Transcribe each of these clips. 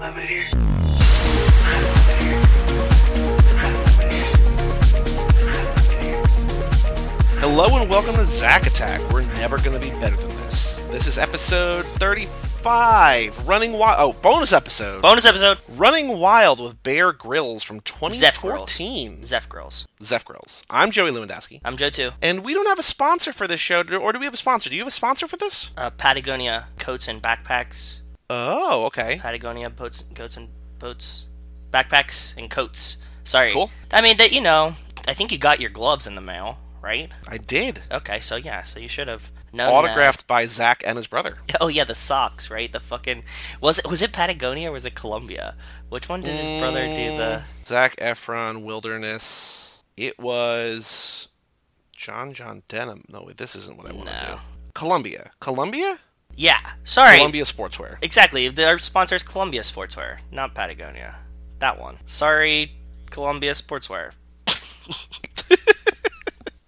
love it here. Hello and welcome to Zack Attack. We're never going to be better than this. This is episode 35, running wild. Oh, bonus episode. Bonus episode, running wild with Bear Grylls from Zeph Grylls. 2014. Zeph Girls. Zeph Grylls. I'm Joey Lewandowski. I'm Joe too. And we don't have a sponsor for this show, or do we have a sponsor? Do you have a sponsor for this? Uh, Patagonia coats and backpacks. Oh, okay. Patagonia boats, coats and boats, backpacks and coats. Sorry. Cool. I mean that you know. I think you got your gloves in the mail, right? I did. Okay, so yeah, so you should have known. that. Autographed by Zach and his brother. Oh yeah, the socks, right? The fucking was it was it Patagonia or was it Columbia? Which one did his brother do Mm. the? Zach Efron Wilderness. It was John John Denham. No, wait, this isn't what I want to No. do. Columbia. Columbia? Yeah. Sorry. Columbia Sportswear. Exactly. Our sponsor is Columbia Sportswear, not Patagonia. That one. Sorry, Columbia Sportswear.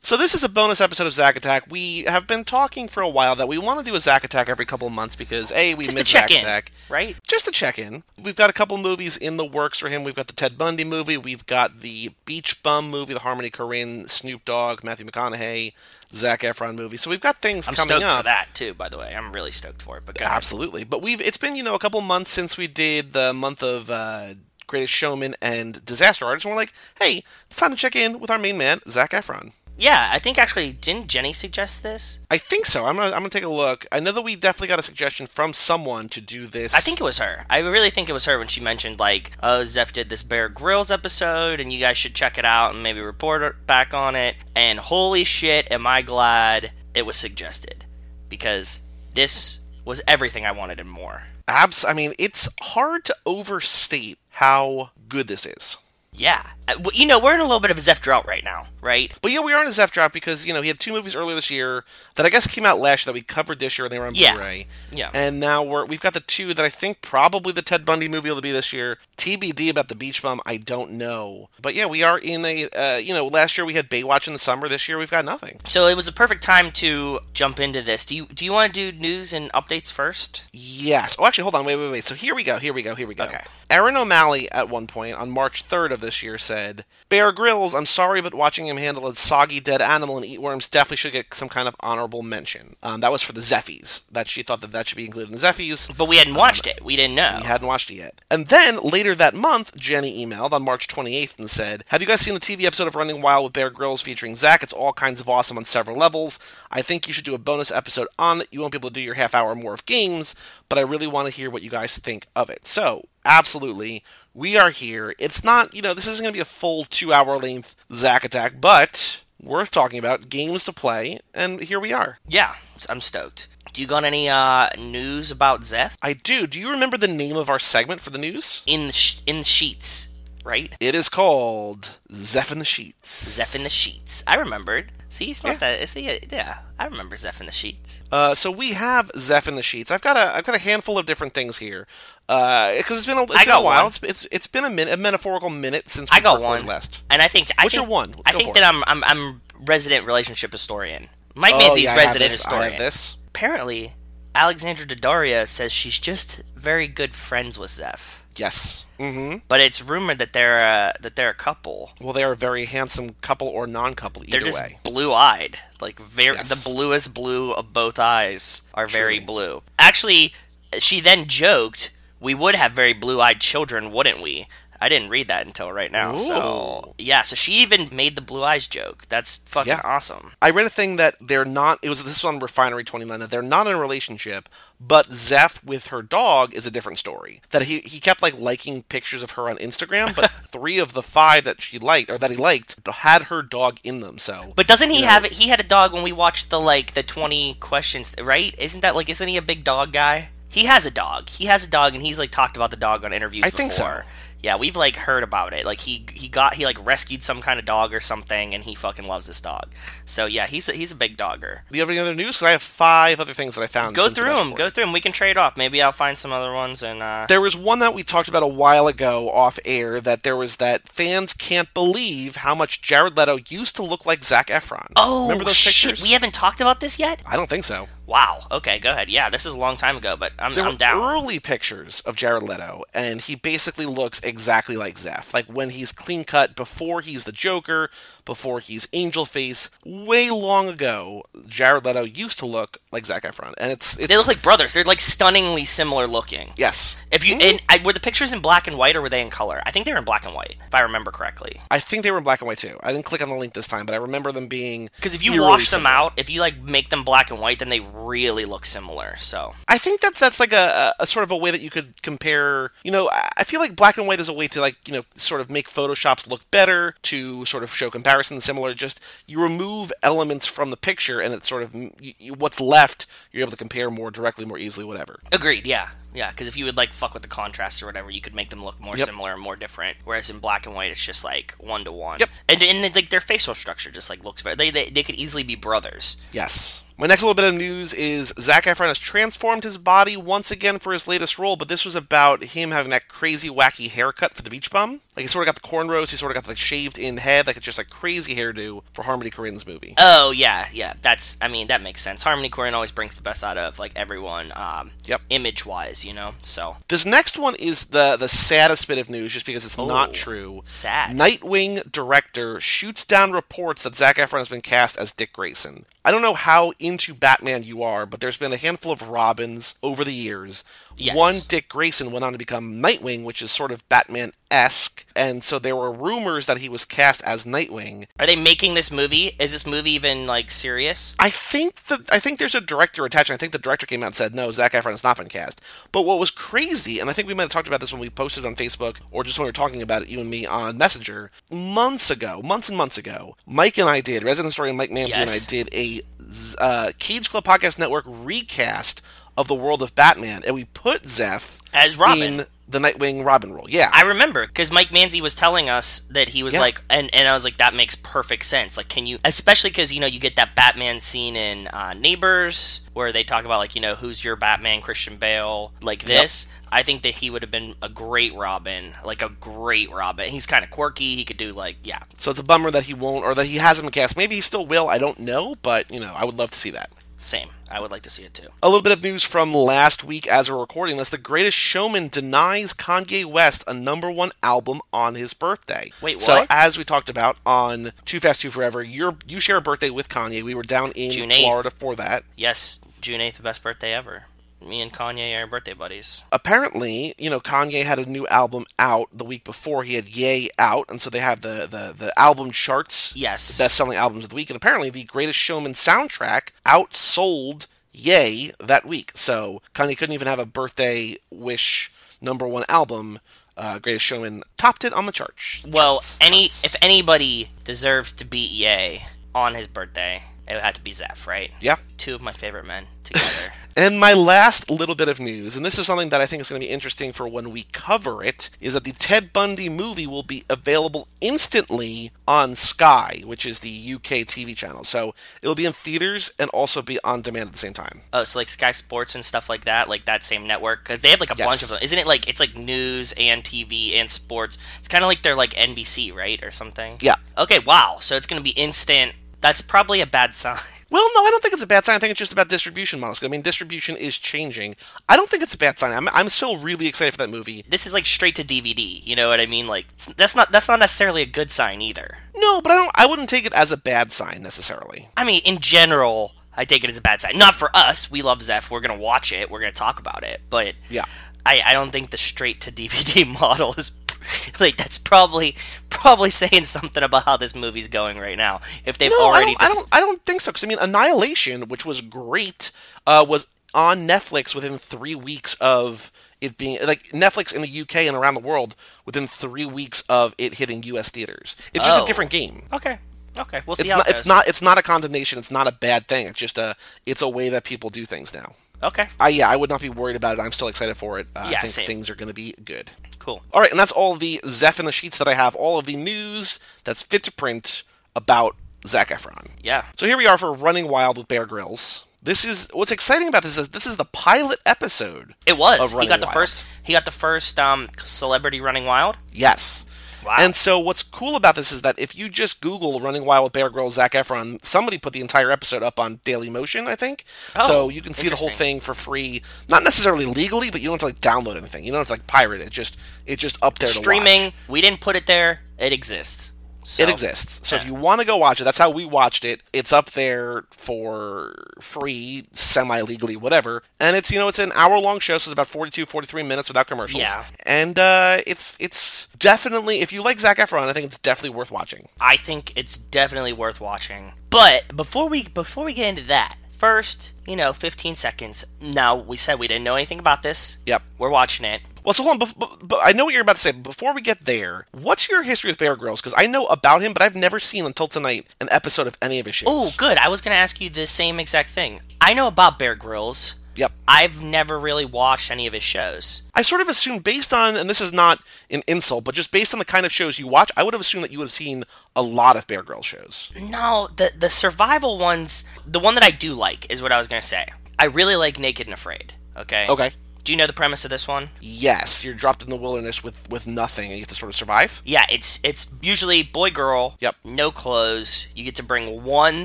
So this is a bonus episode of Zack Attack. We have been talking for a while that we want to do a Zack Attack every couple of months because a we Just to miss check Zack in, Attack. right? Just to check in. We've got a couple movies in the works for him. We've got the Ted Bundy movie. We've got the Beach Bum movie, the Harmony Korine, Snoop Dogg, Matthew McConaughey, Zach Efron movie. So we've got things I'm coming stoked up. for that too. By the way, I'm really stoked for it. But go ahead. Absolutely. But we've it's been, you know, a couple months since we did the month of uh Greatest Showman and Disaster Artist, and we're like, hey, it's time to check in with our main man, Zach Efron. yeah, I think actually didn't Jenny suggest this? I think so. I'm gonna, I'm gonna take a look. I know that we definitely got a suggestion from someone to do this. I think it was her. I really think it was her when she mentioned like, oh, Zeph did this Bear Grylls episode, and you guys should check it out and maybe report back on it. And holy shit, am I glad it was suggested because this was everything I wanted and more. abs. I mean, it's hard to overstate how good this is. Yeah, Uh, well, you know we're in a little bit of a Zeph drought right now, right? But yeah, we are in a Zeph drop because you know he had two movies earlier this year that I guess came out last year that we covered this year and they were on Yeah. Blu-ray. Yeah. And now we're we've got the two that I think probably the Ted Bundy movie will be this year. TBD about the beach bum, I don't know. But yeah, we are in a uh, you know last year we had Baywatch in the summer. This year we've got nothing. So it was a perfect time to jump into this. Do you do you want to do news and updates first? Yes. Oh, actually, hold on. Wait, wait, wait. So here we go. Here we go. Here we go. Okay. Aaron O'Malley at one point on March 3rd of this year said, "Bear Grylls, I'm sorry, but watching him handle a soggy dead animal and eat worms definitely should get some kind of honorable mention." Um, that was for the Zeffies. That she thought that that should be included in the Zeffies. But we hadn't watched it. We didn't know. We hadn't watched it yet. And then later that month, Jenny emailed on March 28th and said, Have you guys seen the TV episode of Running Wild with Bear Grylls featuring Zach? It's all kinds of awesome on several levels. I think you should do a bonus episode on it. You won't be able to do your half hour more of games, but I really want to hear what you guys think of it. So, absolutely, we are here. It's not, you know, this isn't going to be a full two hour length Zach attack, but worth talking about games to play, and here we are. yeah, I'm stoked. Do you got any uh, news about Zeph I do. Do you remember the name of our segment for the news? in the sh- in the sheets? Right, It is called Zeph in the Sheets. Zeph in the sheets. I remembered. See, he's not Yeah. that. See, yeah, I remember Zeph in the sheets. Uh, so we have Zeph in the Sheets. I've got a I've got a handful of different things here because it's been a, it's been a got while. one. It's, it's it's been a minute, a metaphorical minute since we I got recorded one last. and I think I What's your think, one? I Go think for it. Oh, that I'm I'm I'm resident relationship historian. Mike Manzi's yeah, I have resident this, I have historian. this. Apparently, Alexandra Daddario says she's just very good friends with Zeph, Yes. Mm-hmm. but it's rumored that they're uh, that they're a couple. Well, they are a very handsome couple or non-couple either They're just way. blue-eyed, like very Yes. the bluest blue of both eyes are very Truly. blue. Actually, she then joked, "We would have very blue-eyed children, wouldn't we?" I didn't read that until right now. Ooh. So yeah, so she even made the blue eyes joke. That's fucking Yeah. awesome. I read a thing that they're not. It was this was on Refinery Twenty Nine that they're not in a relationship, but Zeph with her dog is a different story. That he he kept like liking pictures of her on Instagram, but three of the five that she liked or that he liked had her dog in them. So, But doesn't he No. have? He had a dog when we watched the like the twenty questions, right? Isn't that like? Isn't he a big dog guy? He has a dog. He has a dog, and he's like talked about the dog on interviews. I think so. before. Yeah, we've like heard about it. Like he he got he like rescued some kind of dog or something, and he fucking loves this dog. So yeah, he's a, he's a big dogger. Do you have any other news? 'Cause I have five other things that I found. Go since we through last them. Go recorded. through them. We can trade off. Maybe I'll find some other ones and uh, There was one that we talked about a while ago off air that there was that fans can't believe how much Jared Leto used to look like Zach Efron. Oh remember those shit! pictures? We haven't talked about this yet. I don't think so. Wow. Okay, go ahead. Yeah, this is a long time ago, but I'm, There I'm were down. early pictures of Jared Leto, and he basically looks exactly like Zeph. Like when he's clean cut, before he's the Joker, before he's Angel Face. Way long ago, Jared Leto used to look like Zac Efron, and it's it's They look like brothers. They're like stunningly similar looking. yes. If you and I, were the pictures in black and white or were they in color? I think they were in black and white, if I remember correctly. I think they were in black and white too. I didn't click on the link this time, but I remember them being Because if you eerily wash them similar. out, if you like make them black and white, then they really look similar. So I think that's that's like a, a a sort of a way that you could compare. You know, I I feel like black and white is a way to like you know sort of make photoshops look better to sort of show comparisons similar. Just you remove elements from the picture, and it's sort of you, you, what's left. You're able to compare more directly, more easily, whatever. agreed. Yeah, yeah. Because if you would like fuck with the contrast or whatever, you could make them look more Yep. similar and more different. Whereas in black and white, it's just like one to one. Yep. And and then, like their facial structure just like looks very. They they, they could easily be brothers. Yes. My next little bit of news is Zach Efron has transformed his body once again for his latest role, but this was about him having that crazy, wacky haircut for the Beach Bum. Like he sort of got the cornrows, he sort of got the shaved-in head, like it's just like crazy hairdo for Harmony Korine's movie. Oh yeah, yeah. That's I mean that makes sense. Harmony Korine always brings the best out of like everyone, um, Yep. image wise, you know. So This next one is the the saddest bit of news, just because it's Oh. not true. sad. Nightwing director shoots down reports that Zac Efron has been cast as Dick Grayson. I don't know how into Batman you are, but there's been a handful of Robins over the years. Yes. One Dick Grayson went on to become Nightwing, which is sort of Batman esque, and so there were rumors that he was cast as Nightwing. Are they making this movie? Is this movie even like serious? I think that I think there's a director attached. and I think the director came out and said no, Zach Efron has not been cast. But what was crazy, and I think we might have talked about this when we posted on Facebook or just when we were talking about it, you and me on Messenger months ago, months and months ago. Mike and I did Resident Story. Mike Manzi Yes. and I did a z- uh, Cage Club Podcast Network recast of the world of Batman, and we put Zeph As Robin. in the Nightwing Robin role. Yeah, I remember because Mike Manzi was telling us that he was Yeah. like, and, and I was like, that makes perfect sense. Like, can you, especially because you know you get that Batman scene in uh, Neighbors where they talk about like you know who's your Batman, Christian Bale, like this. I think that he would have been a great Robin, like a great Robin. He's kind of quirky. He could do like, yeah, so it's a bummer that he won't or that he hasn't been cast. Maybe he still will. I don't know, but you know, I would love to see that. same. I would like to see it too. A little bit of news from last week as we're recording this. The Greatest Showman denies Kanye West a number one album on his birthday. Wait, So, what? as we talked about on Too Fast, Too Forever, you're, you share a birthday with Kanye. We were down in June 8th. Florida for that. Yes, June eighth, the best birthday ever. Me and Kanye are birthday buddies. Apparently, you know, Kanye had a new album out the week before. He had Yay out, and so they have the, the, the album charts, Yes. best selling albums of the week, and apparently the Greatest Showman soundtrack outsold Yay that week. So Kanye couldn't even have a birthday wish number one album. Uh, Greatest Showman topped it on the chart. Well, charts. any if anybody deserves to beat Ye on his birthday, it would have to be Zeph, right? Yeah. Two of my favorite men together. And my last little bit of news, and this is something that I think is going to be interesting for when we cover it, is that the Ted Bundy movie will be available instantly on Sky, which is the UK TV channel. So it'll be in theaters and also be on demand at the same time. oh, so like Sky Sports and stuff like that, like that same network, because they have like a Yes. bunch of them. Isn't it like it's like news and TV and sports? It's kind of like they're like NBC, right, or something? Yeah. Okay. Wow. So it's gonna be instant. That's probably a bad sign. Well, no, I don't think it's a bad sign. I think it's just about distribution models. I mean, distribution is changing. I don't think it's a bad sign. I'm, I'm still really excited for that movie. This is like straight to DVD. You know what I mean? Like it's- that's not that's not necessarily a good sign either. No, but I don't. I wouldn't take it as a bad sign necessarily. I mean, in general, I take it as a bad sign. Not for us. We love Zeph. We're gonna watch it. We're gonna talk about it. But Yeah. I, I don't think the straight to DVD model is like that's probably probably saying something about how this movie's going right now. If they've No, I already, don't, I dis- don't. I don't think so. Because I mean, Annihilation, which was great, uh, was on Netflix within three weeks of it being like Netflix in the UK and around the world within three weeks of it hitting U.S. theaters. It's just Oh. a different game. okay, okay, we'll see It's how not, it goes. it's not. It's not a condemnation. It's not a bad thing. It's just a. It's a way that people do things now. okay, I yeah, I would not be worried about it. I'm still excited for it. Uh, Yeah, I think same. things are going to be good. cool, cool. All right, and that's all the Zeph in the sheets that I have. All of the news that's fit to print about Zach Efron. Yeah. So here we are for Running Wild with Bear Grylls. This is what's exciting about this is this is the pilot episode. It was. Of He Running got the Wild. first. He got the first um, celebrity running wild. Yes. Wow. And so what's cool about this is that if you just Google "Running Wild with Bear Grylls" Zach Efron, somebody put the entire episode up on Daily Motion, I think. Oh, so you can see the whole interesting. thing for free, not necessarily legally, but you don't have to like download anything. You don't have to like pirate it. Just it's just up there to watch. Streaming. We didn't put it there. It exists. So, It exists. So if yeah. you want to go watch it, that's how we watched it. It's up there for free, semi legally, whatever. And it's, you know, it's an hour long show, so it's about 42, 43 minutes without commercials. Yeah. And uh, it's it's definitely, if you like Zach Efron, I think it's definitely worth watching. I think it's definitely worth watching. But before we before we get into that, first, you know, 15 seconds. Now we said we didn't know anything about this. Yep. We're watching it. Well, so hold on. But, but, but I know what you're about to say. But before we get there, what's your history with Bear Grylls? Because I know about him, but I've never seen until tonight an episode of any of his shows. Oh, good. I was going to ask you the same exact thing. I know about Bear Grylls. Yep. I've never really watched any of his shows. I sort of assumed, based on, and this is not an insult, but just based on the kind of shows you watch, I would have assumed that you would have seen a lot of Bear Grylls shows. No, the the survival ones, the one that I do like is what I was going to say. I really like Naked and Afraid. Okay. Okay. Do you know the premise of this one? Yes, you're dropped in the wilderness with with nothing, and you have to sort of survive. Yeah, it's it's usually boy girl. Yep. No clothes. You get to bring one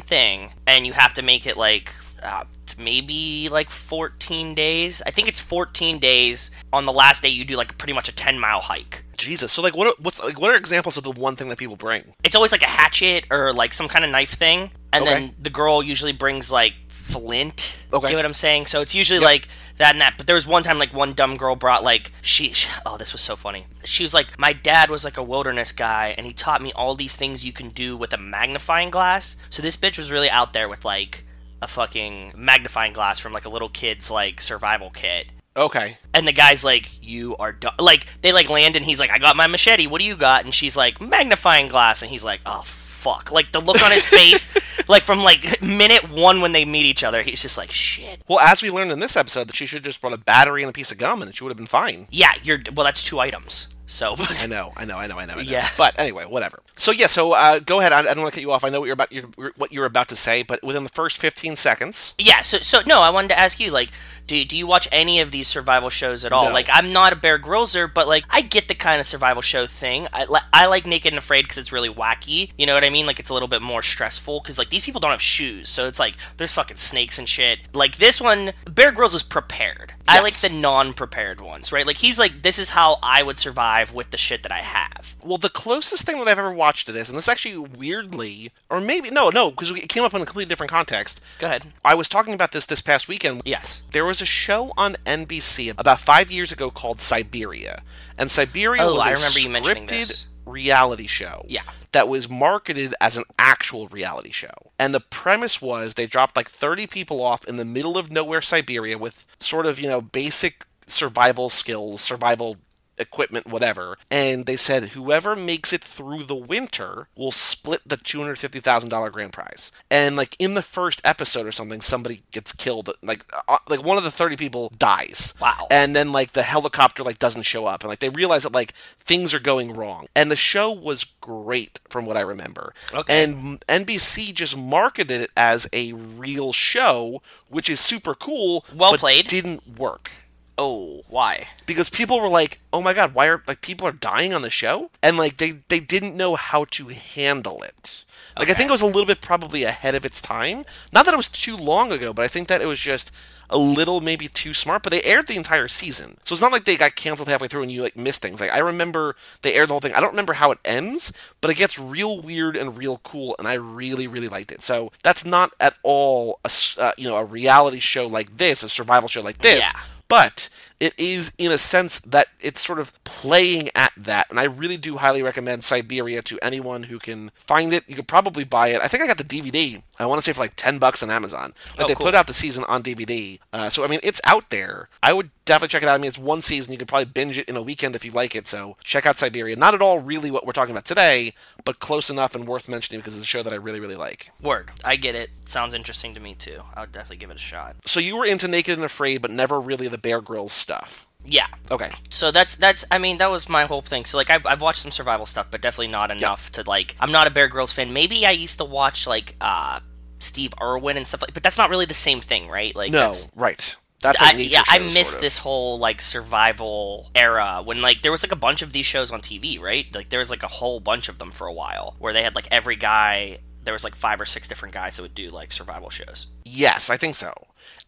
thing, and you have to make it like uh, maybe like 14 days. I think it's 14 days. On the last day, you do like pretty much a 10 mile hike. Jesus. So like, what are, what's like, what are examples of the one thing that people bring? It's always like a hatchet or like some kind of knife thing, and Okay. then the girl usually brings like flint. Okay. You know what I'm saying? So it's usually like that and that. But there was one time like one dumb girl brought like she, she oh this was so funny. She was like my dad was like a wilderness guy and he taught me all these things you can do with a magnifying glass. So this bitch was really out there with like a fucking magnifying glass from like a little kid's like survival kit. Okay. And the guy's like, "You are done." Like they like land, and he's like, "I got my machete. What do you got?" And she's like, "Magnifying glass." And he's like, "Oh fuck!" Like the look on his face, like from like minute one when they meet each other, he's just like, "Shit." Well, as we learned in this episode, that she should have just brought a battery and a piece of gum, and she would have been fine. Yeah, you're. Well, that's two items. So I know, I know, I know, I know. I know. Yeah. But anyway, whatever. So yeah, so uh, go ahead. I, I don't want to cut you off. I know what you're about. You're, what you're about to say, but within the first 15 seconds, yeah, so so no, I wanted to ask you like. Do, do you watch any of these survival shows at all? No. Like, I'm not a Bear Grylls-er, but like, I get the kind of survival show thing. I, li- I like Naked and Afraid because it's really wacky. You know what I mean? Like, it's a little bit more stressful because like these people don't have shoes, so it's like there's fucking snakes and shit. Like this one, Bear Grylls is prepared. I Yes. like the non-prepared ones, right? Like he's like, this is how I would survive with the shit that I have. Well, the closest thing that I've ever watched to this, and this actually weirdly, or maybe no, no, because it came up in a completely different context. Go ahead. I was talking about this this past weekend. Yes. There was a show on NBC about five years ago called Siberia, and Siberia Oh, was I a remember you mentioning scripted this. reality show. Yeah. That was marketed as an actual reality show. And the premise was they dropped like 30 people off in the middle of nowhere Siberia with sort of, you know, basic survival skills, survival equipment, whatever. And they said whoever makes it through the winter will split the $250,000 grand prize. And like in the first episode or something, somebody gets killed. Like, uh, like one of the 30 people dies Wow. and then like the helicopter like doesn't show up and like they realize that like things are going wrong and the show was great from what i remember Okay. and nbc just marketed it as a real show which is super cool Well but played. didn't work Oh, why? because people were like oh my god why are like people are dying on the show and like they they didn't know how to handle it like i Okay. think it was a little bit probably ahead of its time not that it was too long ago but i think that it was just a little maybe too smart but they aired the entire season so it's not like they got canceled halfway through and you like missed things like i remember they aired the whole thing i don't remember how it ends but it gets real weird and real cool and i really really liked it so that's not at all a s- uh, you know a reality show like this a survival show like this Yeah. but it is in a sense that it's sort of playing at that and i really do highly recommend siberia to anyone who can find it you could probably buy it i think i got the dvd i want to say for like 10 bucks on amazon like Oh, they cool. put out the season on dvd uh, so i mean it's out there i would definitely check it out i mean it's one season you could probably binge it in a weekend if you like it so check out siberia not at all really what we're talking about today but close enough and worth mentioning because it's a show that i really really like Word. I get it. Sounds interesting to me too. I would definitely give it a shot. so you were into naked and afraid but never really the bear grylls stuff Yeah. Okay. So that's that's I mean that was my whole thing. So like I've, I've watched some survival stuff, but definitely not enough to like. I'm not a Bear Grylls fan. Maybe I used to watch like uh Steve Irwin and stuff like, but that's not really the same thing, right? Like No, that's- right. That's I, like nature yeah, I shows, miss sort of. this whole like survival era when like there was like a bunch of these shows on TV, right? Like there was like a whole bunch of them for a while where they had like every guy. There was like five or six different guys that would do like survival shows. Yes, I think so.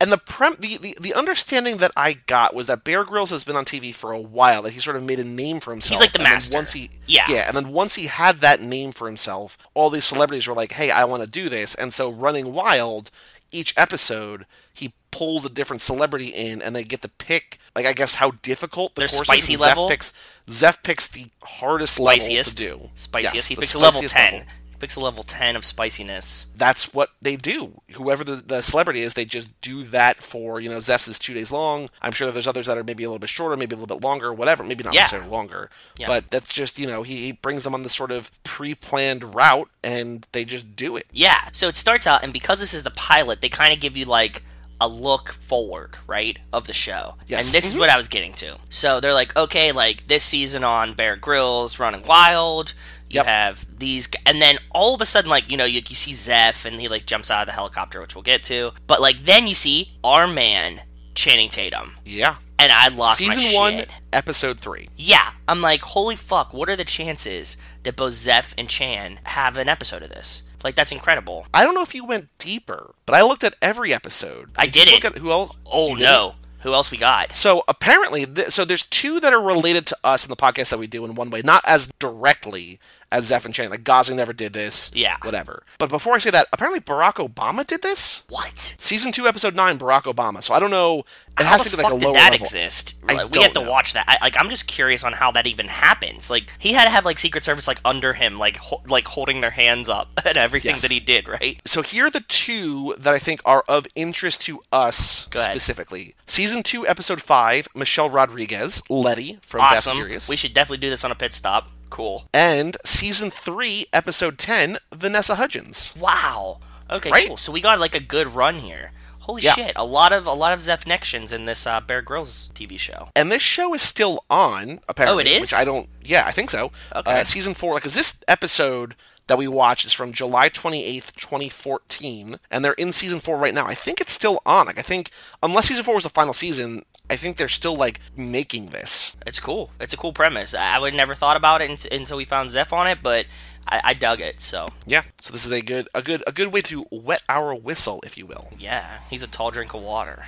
And the prem the, the, the understanding that I got was that Bear Grylls has been on TV for a while, that he sort of made a name for himself. like the and then master. Once he, Yeah. yeah, and then once he had that name for himself, all these celebrities were like, "Hey, I want to do this," and so Running Wild, each episode he pulls a different celebrity in, and they get to pick, like I guess how difficult the Their course spicy is. and level? Zeph picks, Zeph picks the hardest Spiciest. level to do. Spiciest. Yes, he the picks a level spiciest ten. He picks a level ten of spiciness. that's what they do. Whoever the, the celebrity is, they just do that for, you know, Zeph's is two days long. I'm sure that there's others that are maybe a little bit shorter, maybe a little bit longer, whatever. Maybe not Yeah. necessarily longer. Yeah. But that's just, you know, he, he brings them on this sort of pre planned route and they just do it. Yeah. So it starts out, and because this is the pilot, they kind of give you like a look forward, right, of the show. Yes. Mm-hmm. And this is what I was getting to. So they're like, okay, like this season on Bear Grylls, Running Wild. You Yep. have these, g- and then all of a sudden, like you know, you, you see Zeph, and he like jumps out of the helicopter, which we'll get to. But like then you see our man Channing Tatum, Yeah. and I lost my Season one, shit. episode three. Yeah, I'm like, holy fuck! What are the chances that both Zeph and Chan have an episode of this? Like that's incredible. I don't know if you went deeper, but I looked at every episode. I If you didn't. Look at who else? Oh you didn't? no. Who else we got? So apparently, th- so there's two that are related to us in the podcast that we do in one way, not as directly as Zeph and Chan. Like Gosling never did this, Yeah. whatever. But before I say that, apparently Barack Obama did this. What? Season two, episode nine, Barack Obama. So I don't know. It How has the to be fuck like a did lower that level. exist? I Like, we don't have to know. watch that. I, like, I'm just curious on how that even happens. Like, he had to have like Secret Service like under him, like ho- like holding their hands up at everything Yes. that he did, right? So here are the two that I think are of interest to us Go ahead. specifically. Season two, episode five, Michelle Rodriguez, Letty from Fast and Awesome. Furious. We should definitely do this on a pit stop. Cool. and season three, episode ten, Vanessa Hudgens. Wow. Okay. Right? Cool. So we got like a good run here. Holy Yeah. shit! A lot of a lot of Zeph connections in this uh, Bear Grylls TV show. And this show is still on, apparently. Oh, it is? Which I don't. Yeah, I think so. Okay. Uh, season four, like, 'cause this episode that we watched is from July twenty eighth, twenty fourteen, and they're in season four right now. I think it's still on. Like, I think unless season four was the final season, I think they're still like making this. It's cool. It's a cool premise. I, I would never thought about it un- until we found Zeph on it, but I, I dug it. So Yeah. So this is a good, a good, a good way to wet our whistle, if you will. Yeah, he's a tall drink of water.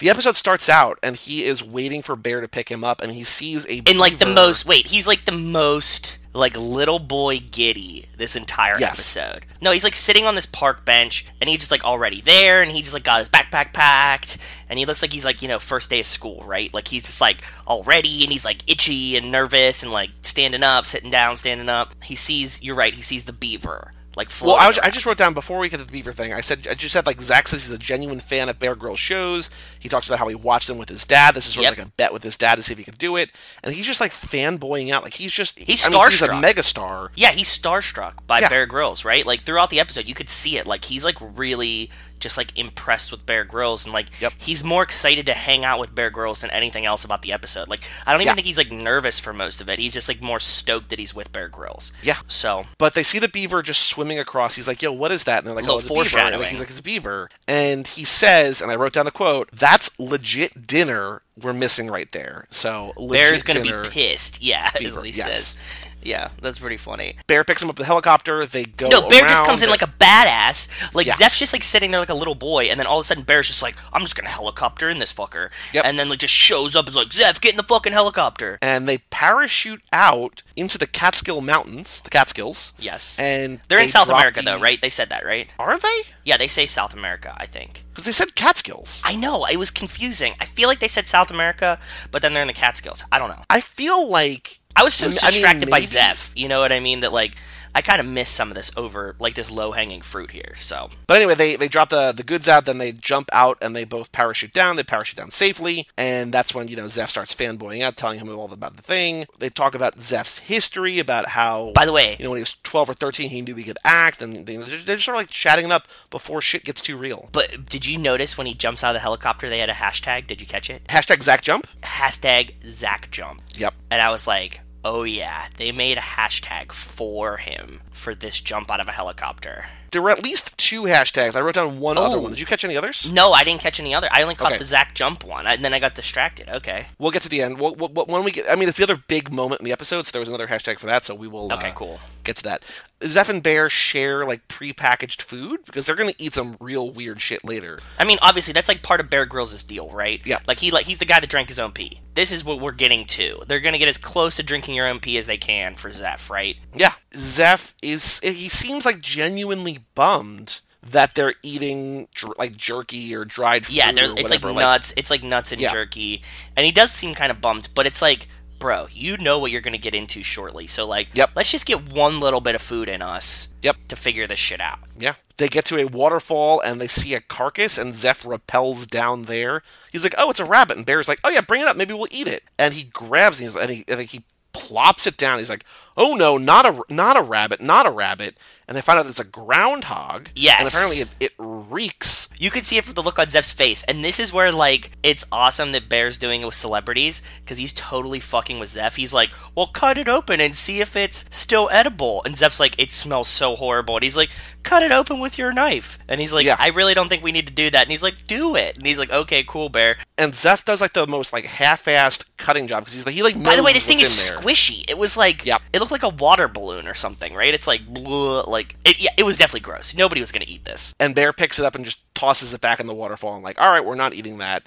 The episode starts out, and he is waiting for Bear to pick him up, and he sees a And like the beaver- most wait, he's like the most like little boy giddy this entire Yes. episode. No, he's like sitting on this park bench and he's just like already there and he just like got his backpack packed and he looks like he's like, you know, first day of school, right? Like he's just like already and he's like itchy and nervous and like standing up, sitting down, standing up. He sees you're right, he sees the beaver. Like Well, I, floating was, I just wrote down before we get to the Beaver thing. I said I just said like Zach says he's a genuine fan of Bear Grylls shows. He talks about how he watched them with his dad. This is sort Yep. of like a bet with his dad to see if he could do it. And he's just like fanboying out. Like he's just He's I mean, he's a starstruck. megastar. Yeah, he's starstruck by Yeah. Bear Grylls, right? Like throughout the episode, you could see it. Like he's like really just like impressed with Bear Grylls, and like Yep. he's more excited to hang out with Bear Grylls than anything else about the episode. Like I don't even Yeah. think he's like nervous for most of it. He's just like more stoked that he's with Bear Grylls. Yeah. So But they see the beaver just swimming across. He's like, "Yo, what is that?" And they're like, Little "Oh, it's a beaver." And foreshadowing. like, he's like, "It's a beaver." And he says, and I wrote down the quote: "That's legit dinner we're missing right there." So legit Bear's gonna dinner. be pissed. Yeah, is Beaver, what he yes. says. Yeah, that's pretty funny. Bear picks him up in the helicopter. They go. No, Bear just around. comes in like a badass. Like Yes. Zeph's just like sitting there like a little boy, and then all of a sudden Bear's just like, I'm just gonna helicopter in this fucker. Yep. And then like just shows up and's like, Zeph, get in the fucking helicopter. and they parachute out into the Catskill Mountains, the Catskills. Yes. And They're in they South drop America, the- though, right? They said that, right? Are they? Yeah, they say South America, I think. Because they said Catskills. I know, it was confusing. I feel like they said South America, but then they're in the Catskills. I don't know. I feel like I was so I mean, distracted by maybe- Zeph, you know what I mean? That, like, I kind of miss some of this over like this low hanging fruit here. So But anyway, they, they drop the, the goods out, then they jump out and they both parachute down. They parachute down safely, and that's when, you know, Zeph starts fanboying out, telling him all about the thing. They talk about Zeph's history, about how, by the way, you know, when he was 12 or 13, he knew he could act, and they, they're just sort of like chatting it up before shit gets too real. but did you notice when he jumps out of the helicopter they had a hashtag? Did you catch it? Hashtag Zach Jump? Hashtag Zach jump. Yep. And I was like, oh yeah, they made a hashtag for him for this jump out of a helicopter. There were at least two hashtags. I wrote down one other Oh. one. Did you catch any others? No, I didn't catch any other. I only caught Okay. the Zach jump one, and then I got distracted. Okay. We'll get to the end. We'll, we'll, we'll- when we get, I mean, it's the other big moment in the episode, so there was another hashtag for that. So we will. Okay, uh, cool. Get to that. Zeph and Bear share like prepackaged food because they're gonna eat some real weird shit later. I mean, obviously, that's like part of Bear Grylls' deal, right? Yeah. Like he like he's the guy to drink his own pee. This is what we're getting to. They're gonna get as close to drinking your own pee as they can for Zeph, right? Yeah, Zeph is. He seems like genuinely bummed that they're eating jer- like jerky or dried food. Yeah, they're, or it's whatever, like nuts. it's like nuts and Yeah. jerky, and he does seem kind of bummed, but it's like, bro, you know what you're gonna get into shortly. So like, Yep. let's just get one little bit of food in us. Yep. To figure this shit out. Yeah. They get to a waterfall and they see a carcass, and Zeph repels down there. He's like, "Oh, it's a rabbit," and Bear's like, "Oh yeah, bring it up. Maybe we'll eat it." And he grabs it, and he and he plops it down. He's like, "Oh no, not a not a rabbit, not a rabbit." And they find out it's a groundhog. Yes. And apparently it, it reeks. You could see it from the look on Zeph's face, and this is where like it's awesome that Bear's doing it with celebrities because he's totally fucking with Zeph. He's like, "Well, cut it open and see if it's still edible," and Zeph's like, "It smells so horrible," and he's like, "Cut it open with your knife," and he's like, Yeah. "I really don't think we need to do that," and he's like, "Do it," and he's like, "Okay, cool, Bear." And Zeph does like the most like half-assed cutting job because he's like he like. By the way, knows this thing is what's in there. squishy. It was like Yep. it looked like a water balloon or something, right? It's like bleh, like it, yeah, it was definitely gross. Nobody was gonna eat this. And Bear picks it up and just tosses it back in the waterfall and like, all right, we're not eating that.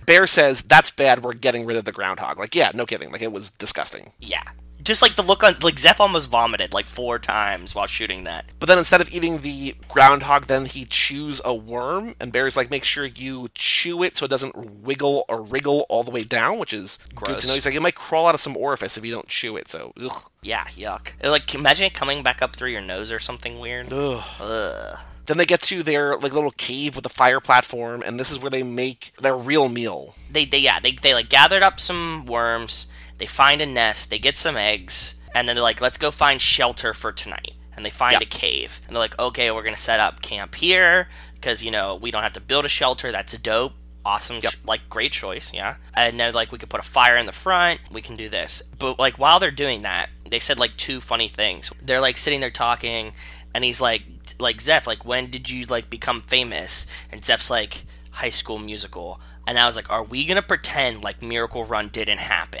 Bear says, that's bad, we're getting rid of the groundhog. Like, yeah, no kidding. Like it was disgusting. Yeah. Just like the look on, like Zeph almost vomited like four times while shooting that. But then instead of eating the groundhog, then he chews a worm, and Bear's like, make sure you chew it so it doesn't wiggle or wriggle all the way down, which is good Gross. to know. He's like, it might crawl out of some orifice if you don't chew it. So, ugh. Yeah, yuck. It, like imagine it coming back up through your nose or something weird. ugh. Ugh. Then they get to their like little cave with a fire platform, and this is where they make their real meal. They they yeah, they they like gathered up some worms, they find a nest, they get some eggs, and then they're like, let's go find shelter for tonight. And they find Yeah. a cave. And they're like, okay, we're gonna set up camp here, because you know, we don't have to build a shelter, that's dope. Awesome, ch- like great choice, yeah. And they're like, we could put a fire in the front. We can do this, but like while they're doing that, they said like two funny things. They're like sitting there talking, and he's like like Zeph, like when did you like become famous? And Zeph's like High School Musical, and I was like, are we gonna pretend like Miracle Run didn't happen?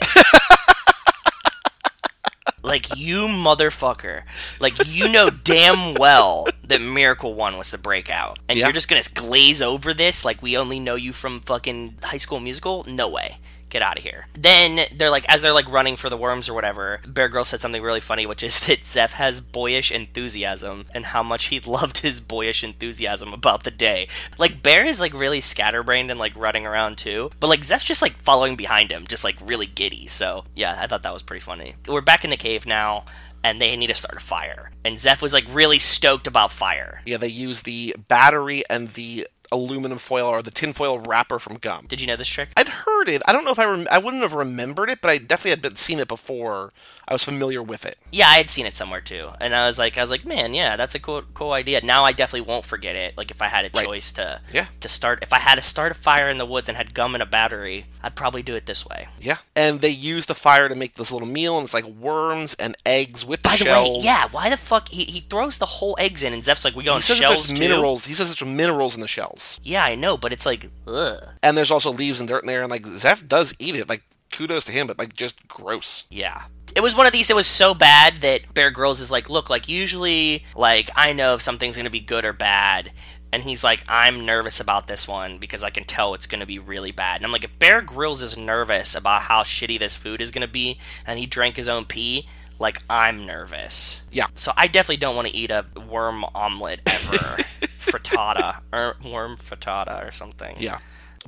like you motherfucker, like you know damn well that Miracle One was the breakout, and Yeah. you're just gonna glaze over this like we only know you from fucking High School Musical? No way. Get out of here. Then they're like, as they're like running for the worms or whatever, Bear Girl said something really funny, which is that Zeph has boyish enthusiasm and how much he loved his boyish enthusiasm about the day. Like, Bear is like really scatterbrained and like running around too, but like Zeph's just like following behind him, just like really giddy. So, yeah, I thought that was pretty funny. We're back in the cave now. And they need to start a fire. And Zeph was like really stoked about fire. Yeah, they use the battery and the aluminum foil or the tin foil wrapper from gum. Did you know this trick? I'd heard it. I don't know if I rem- I wouldn't have remembered it, but I definitely had been seen it before. I was familiar with it. Yeah, I had seen it somewhere too, and I was like, I was like, man, yeah, that's a cool, cool idea. Now I definitely won't forget it. Like if I had a choice to, Yeah. to start, if I had to start a fire in the woods and had gum and a battery, I'd probably do it this way. Yeah. And they use the fire to make this little meal, and it's like worms and eggs with the By the shells. way, yeah, why the fuck he, he throws the whole eggs in, and Zeph's like, we He going says that shells there's too. minerals. He says there's minerals in the shells, Yeah, I know, but it's like, ugh. and there's also leaves and dirt in there. And like Zeph does eat it. Like kudos to him, but like just gross. Yeah. It was one of these that was so bad that Bear Grylls is like, look, like usually, like I know if something's gonna be good or bad, and he's like, I'm nervous about this one because I can tell it's gonna be really bad. And I'm like, if Bear Grylls is nervous about how shitty this food is gonna be, and he drank his own pee, like I'm nervous. Yeah. So I definitely don't want to eat a worm omelet ever, er, frittata or worm frittata or something. Yeah.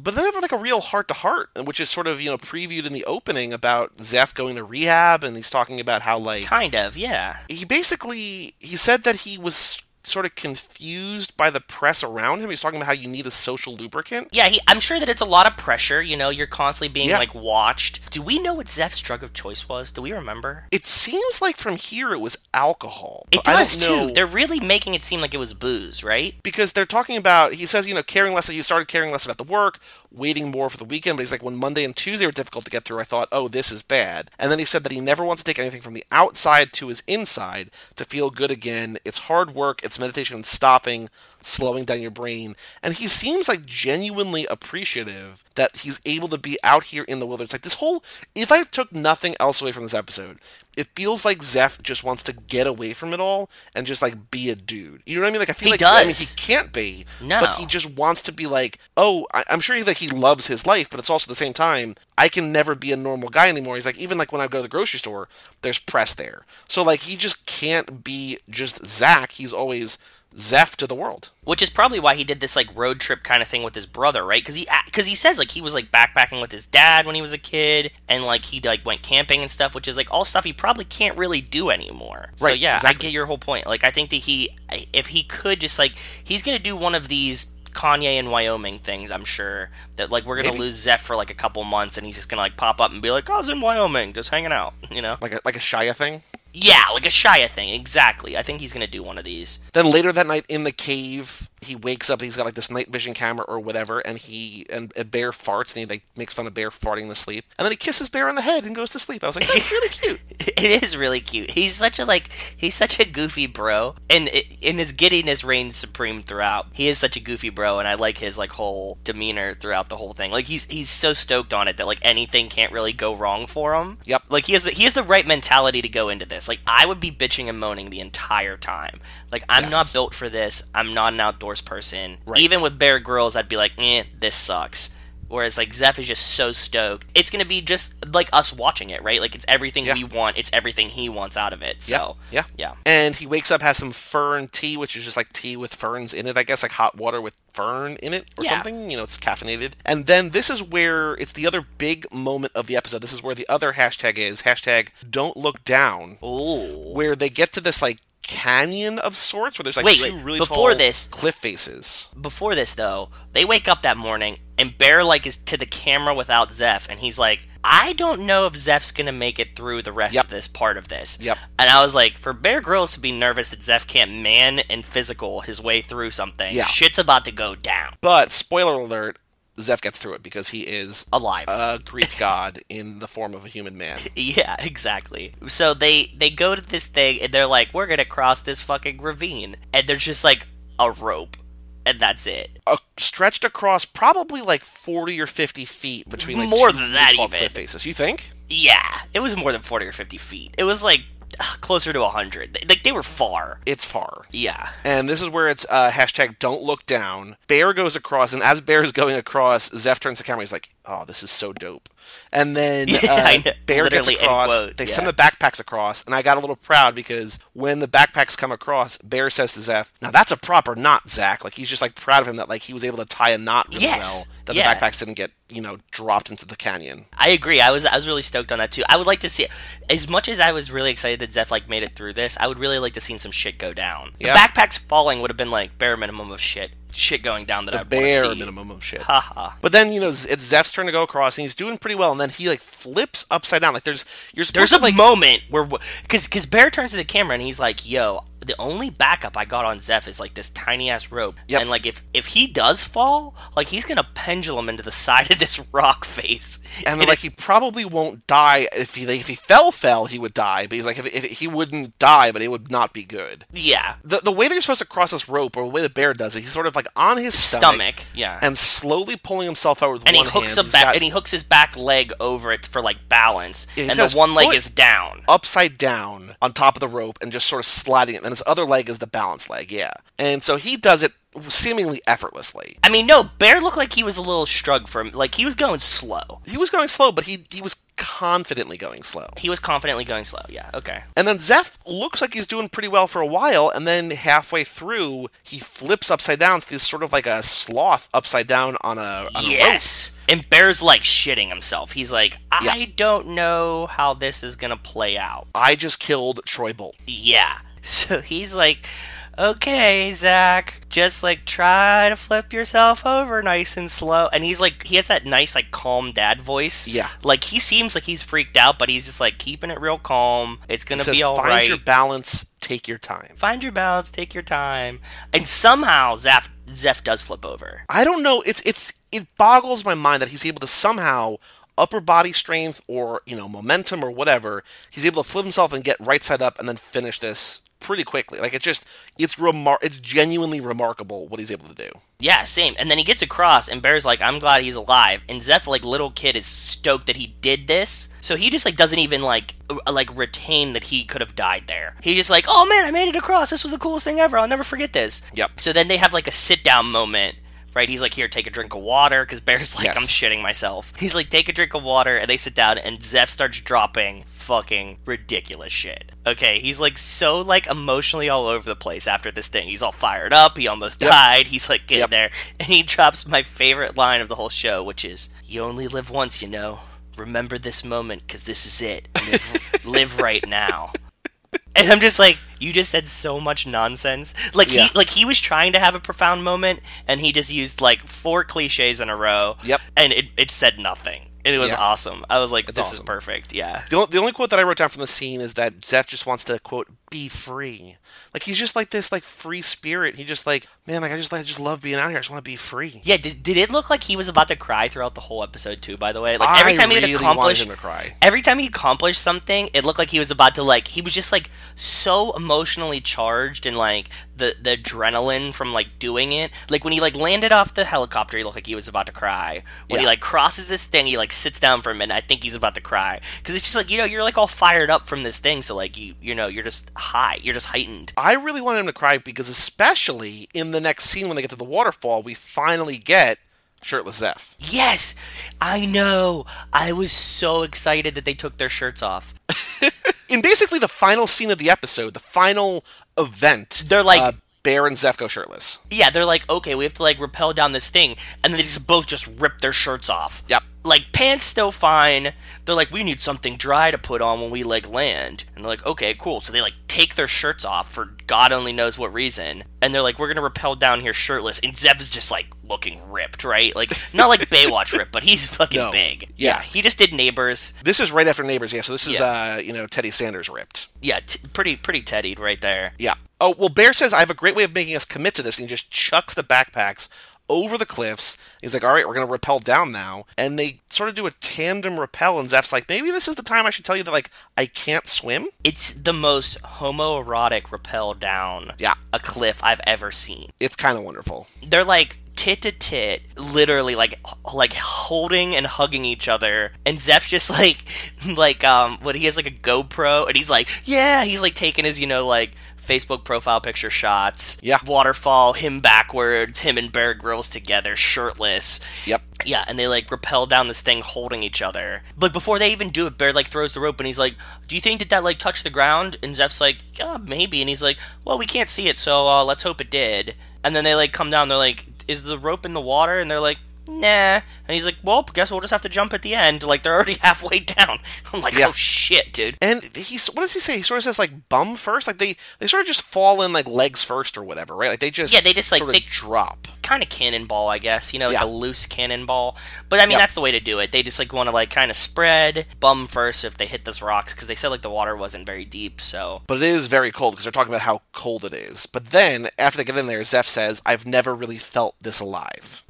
But then they have like a real heart to heart, which is sort of you know previewed in the opening about Zeph going to rehab, and he's talking about how like Kind of, yeah. he basically he said that he was sort of confused by the press around him. He's talking about how you need a social lubricant. Yeah, he, I'm sure that it's a lot of pressure. You know, you're constantly being Yeah. like watched. Do we know what Zeph's drug of choice was? Do we remember? It seems like from here it was alcohol. It but I don't does know- too. They're really making it seem like it was booze, right? because they're talking about he says you know caring less he started caring less about the work waiting more for the weekend but he's like when monday and tuesday were difficult to get through i thought oh this is bad and then he said that he never wants to take anything from the outside to his inside to feel good again it's hard work it's meditation and stopping slowing down your brain and he seems like genuinely appreciative that he's able to be out here in the wilderness like this whole if i took nothing else away from this episode it feels like Zeph just wants to get away from it all and just like be a dude. You know what I mean? Like I feel He like I mean, he does. can't be. No. But he just wants to be like, oh, I- I'm sure he, like he loves his life, but it's also at the same time, I can never be a normal guy anymore. He's like, even like when I go to the grocery store, there's press there. So like he just can't be just Zach. He's always Zeph to the world. Which is probably why he did this like road trip kind of thing with his brother, right? Because he because he says like he was like backpacking with his dad when he was a kid, and like he like went camping and stuff, which is like all stuff he probably can't really do anymore. so Right, yeah, exactly. I get your whole point. Like I think that he if he could just like he's gonna do one of these. Kanye and Wyoming things, I'm sure that like we're gonna Maybe. lose Zeph for like a couple months, and he's just gonna like pop up and be like, "I was in Wyoming, just hanging out," you know? Like a, like a Shia thing. Yeah, like a Shia thing, exactly. I think he's gonna do one of these. Then later that night in the cave, he wakes up. He's got like this night vision camera or whatever, and he and a bear farts, and he like makes fun of bear farting to sleep. And then he kisses bear on the head and goes to sleep. I was like, that's really cute. It is really cute. He's such a like he's such a goofy bro, and i- and his giddiness reigns supreme throughout. He is such a goofy bro, and I like his like whole demeanor throughout the whole thing. Like he's he's so stoked on it that like anything can't really go wrong for him. Yep. Like he has the, he has the right mentality to go into this. Like I would be bitching and moaning the entire time. Like I'm Yes. not built for this. I'm not an outdoors person. Right. Even with Bear Grylls, I'd be like, eh, this sucks. Whereas like Zeph is just so stoked. It's gonna be just like us watching it, right? Like it's everything Yeah. we want. It's everything he wants out of it. So Yeah, yeah. And he wakes up, has some fern tea, which is just like tea with ferns in it, I guess, like hot water with fern in it or Yeah. something. You know, it's caffeinated. And then this is where it's the other big moment of the episode. This is where the other hashtag is hashtag don't look down, Oh. Ooh. where they get to this like canyon of sorts where there's like Wait, two wait, really before tall this- cliff faces. Before this though, they wake up that morning and Bear like is to the camera without Zeph, and he's like, I don't know if Zeph's gonna make it through the rest Yep. of this part of this. Yep. And I was like, for Bear Grylls to be nervous that Zeph can't man and physical his way through something, Yeah. shit's about to go down. But spoiler alert, Zeph gets through it because he is Alive. a Greek god in the form of a human man. Yeah, exactly. So they they go to this thing and they're like, "We're gonna cross this fucking ravine," and there's just like a rope, and that's it. A, stretched across probably like 40 or 50 feet between like More two than that really tall even. cliff faces. You think? Yeah, it was more than forty or fifty feet. It was like ugh, closer to hundred. Like they were far. It's far. Yeah. And this is where it's uh, hashtag don't look down. Bear goes across, and as Bear is going across, Zeph turns to the camera. He's like, oh, this is so dope. And then I uh, know. Bear Literally, gets end across. quote, they yeah. send the backpacks across, and I got a little proud because when the backpacks come across, Bear says to Zeph, now that's a proper knot, Zach. Like, he's just like proud of him that like he was able to tie a knot really Yes. well, that Yeah. the backpacks didn't get, you know, dropped into the canyon. I agree. I was I was really stoked on that too. I would like to see as much as I was really excited that Zeph like made it through this. I would really like to seen some shit go down. Yeah. The backpacks falling would have been like bare minimum of shit shit going down that I want to Bare see. minimum of shit. Haha. But then you know it's Zeph's turn to go across, and he's doing pretty well. And then he like flips upside down. Like there's you're supposed There's to a like moment where, because because Bear turns to the camera and he's like, "Yo, the only backup I got on Zeph is like this tiny ass rope, Yep. and like if if he does fall, like he's gonna pendulum into the side of this rock face." and they're like he probably won't die if he if he fell fell he would die but he's like if, if he wouldn't die but it would not be good it's- "Yeah, the the way that you're supposed to cross this rope or the way the bear does it he's sort of like on his stomach, stomach, yeah." and slowly pulling himself out with and he one hooks hand up He's back, got and he hooks his back leg over it for like balance, Yeah, he's and got the his one leg foot- is down. upside down on top of the rope and just sort of sliding it and his other leg is the balance leg yeah and so he does it seemingly effortlessly. I mean, no, Bear looked like he was a little strug from like he was going slow. He was going slow, but he he was confidently going slow. He was confidently going slow. Yeah. Okay. And then Zeph looks like he's doing pretty well for a while, and then halfway through, he flips upside down. So he's sort of like a sloth upside down on a. On yes. And Bear's like shitting himself. He's like, I don't know how this is gonna play out. A rope. I just killed Troy Bolt. Yeah. So he's like, okay, Zach, just like try to flip yourself over nice and slow. And he's like, he has that nice, like, calm dad voice. Yeah. Like, he seems like he's freaked out, but he's just like keeping it real calm. It's going He to says, be all right. "Find your balance. Take your time." Find your balance, take your time. And somehow, Zeph, Zeph does flip over. I don't know. It's it's it boggles my mind that he's able to somehow upper body strength or you know momentum or whatever he's able to flip himself and get right side up and then finish this pretty quickly. Like it's just it's remar- it's genuinely remarkable what he's able to do. Yeah, same. And then he gets across, and Bear's like, "I'm glad he's alive." And Zeph, like little kid, is stoked that he did this. So he just like doesn't even like r- like retain that he could have died there. He just like, "Oh man, I made it across. This was the coolest thing ever. I'll never forget this." Yep. So then they have like a sit down moment. Right, he's like, here, take a drink of water, because Bear's like, Yes. I'm shitting myself. He's like, take a drink of water, and they sit down, and Zeph starts dropping fucking ridiculous shit. Okay, he's like so like emotionally all over the place after this thing. He's all fired up. He almost Yep. died. He's like getting Yep. there, and he drops my favorite line of the whole show, which is, "You only live once, you know. Remember this moment, because this is it. Live, live right now." and I'm just like, you just said so much nonsense. Like Yeah. he like he was trying to have a profound moment, and he just used like four cliches in a row. Yep. And it, it said nothing. And it was Yeah. awesome. I was like, this awesome. is perfect. Yeah. The, only, the only quote that I wrote down from the scene is that Zeph just wants to quote be free. Like he's just like this like free spirit. He just like man like I just I just love being out here. I just want to be free. Yeah. Did, did it look like he was about to cry throughout the whole episode too? By the way, like I every time he really would wanted accomplish him to cry. every time he accomplished something, it looked like he was about to like he was just like so emotionally charged and like the the adrenaline from like doing it. Like when he like landed off the helicopter, he looked like he was about to cry. When he Yeah. like crosses this thing, he like sits down for a minute. I think he's about to cry because it's just like you know you're like all fired up from this thing, so like you you know you're just high, you're just heightened. I really wanted him to cry because, especially in the next scene when they get to the waterfall, we finally get shirtless Zeph. Yes, I know. I was so excited that they took their shirts off. In basically the final scene of the episode, the final event, They're like- uh, Bear and Zeph go shirtless. Yeah, they're like, okay, we have to like rappel down this thing, and then they just both just rip their shirts off. Yep. Like pants still fine. They're like, we need something dry to put on when we like land, and they're like, okay, cool. So they like take their shirts off for God only knows what reason, and they're like, we're gonna rappel down here shirtless, and Zev is just like looking ripped, right? Like not like Baywatch ripped, but he's fucking No. big. Yeah. he just did Neighbors. This is right after Neighbors, yeah. So this is Yeah. uh, you know Teddy Sanders ripped. Yeah, t- pretty pretty teddied right there. Yeah. Oh well, Bear says I have a great way of making us commit to this, and he just chucks the backpacks over the cliffs. He's like, "All right, we're gonna rappel down now," and they sort of do a tandem rappel, and Zeph's like, "Maybe this is the time I should tell you that like I can't swim." It's the most homoerotic rappel down Yeah. a cliff I've ever seen. It's kind of wonderful. they're like tit to tit, literally like h- like holding and hugging each other. And Zeph's just like like um what he has like a GoPro and he's like, yeah, he's like taking his, you know, like Facebook profile picture shots. Yeah. Waterfall, him backwards, him and Bear Grylls together, shirtless. Yep. Yeah, and they like rappel down this thing holding each other. But before they even do it, Bear like throws the rope and he's like, "Do you think that that like touched the ground?" And Zeph's like, "Yeah, maybe." And he's like, "Well, we can't see it, so uh, let's hope it did." And then they like come down. They're like, "Is the rope in the water?" And they're like, "Nah." And he's like, "Well, guess we'll just have to jump at the end." Like they're already halfway down. I'm like, Yeah. "Oh shit, dude." And he's what does he say? He sort of says like bum first, like they they sort of just fall in like legs first or whatever, right? Like they just Yeah, they just, like, sort of they- drop. kind of cannonball, I guess. You know, like Yeah. a loose cannonball. But I mean, Yep. that's the way to do it. They just like want to like kind of spread bum first if they hit those rocks because they said like the water wasn't very deep. So But it is very cold because they're talking about how cold it is. But then after they get in there, Zeph says, "I've never really felt this alive."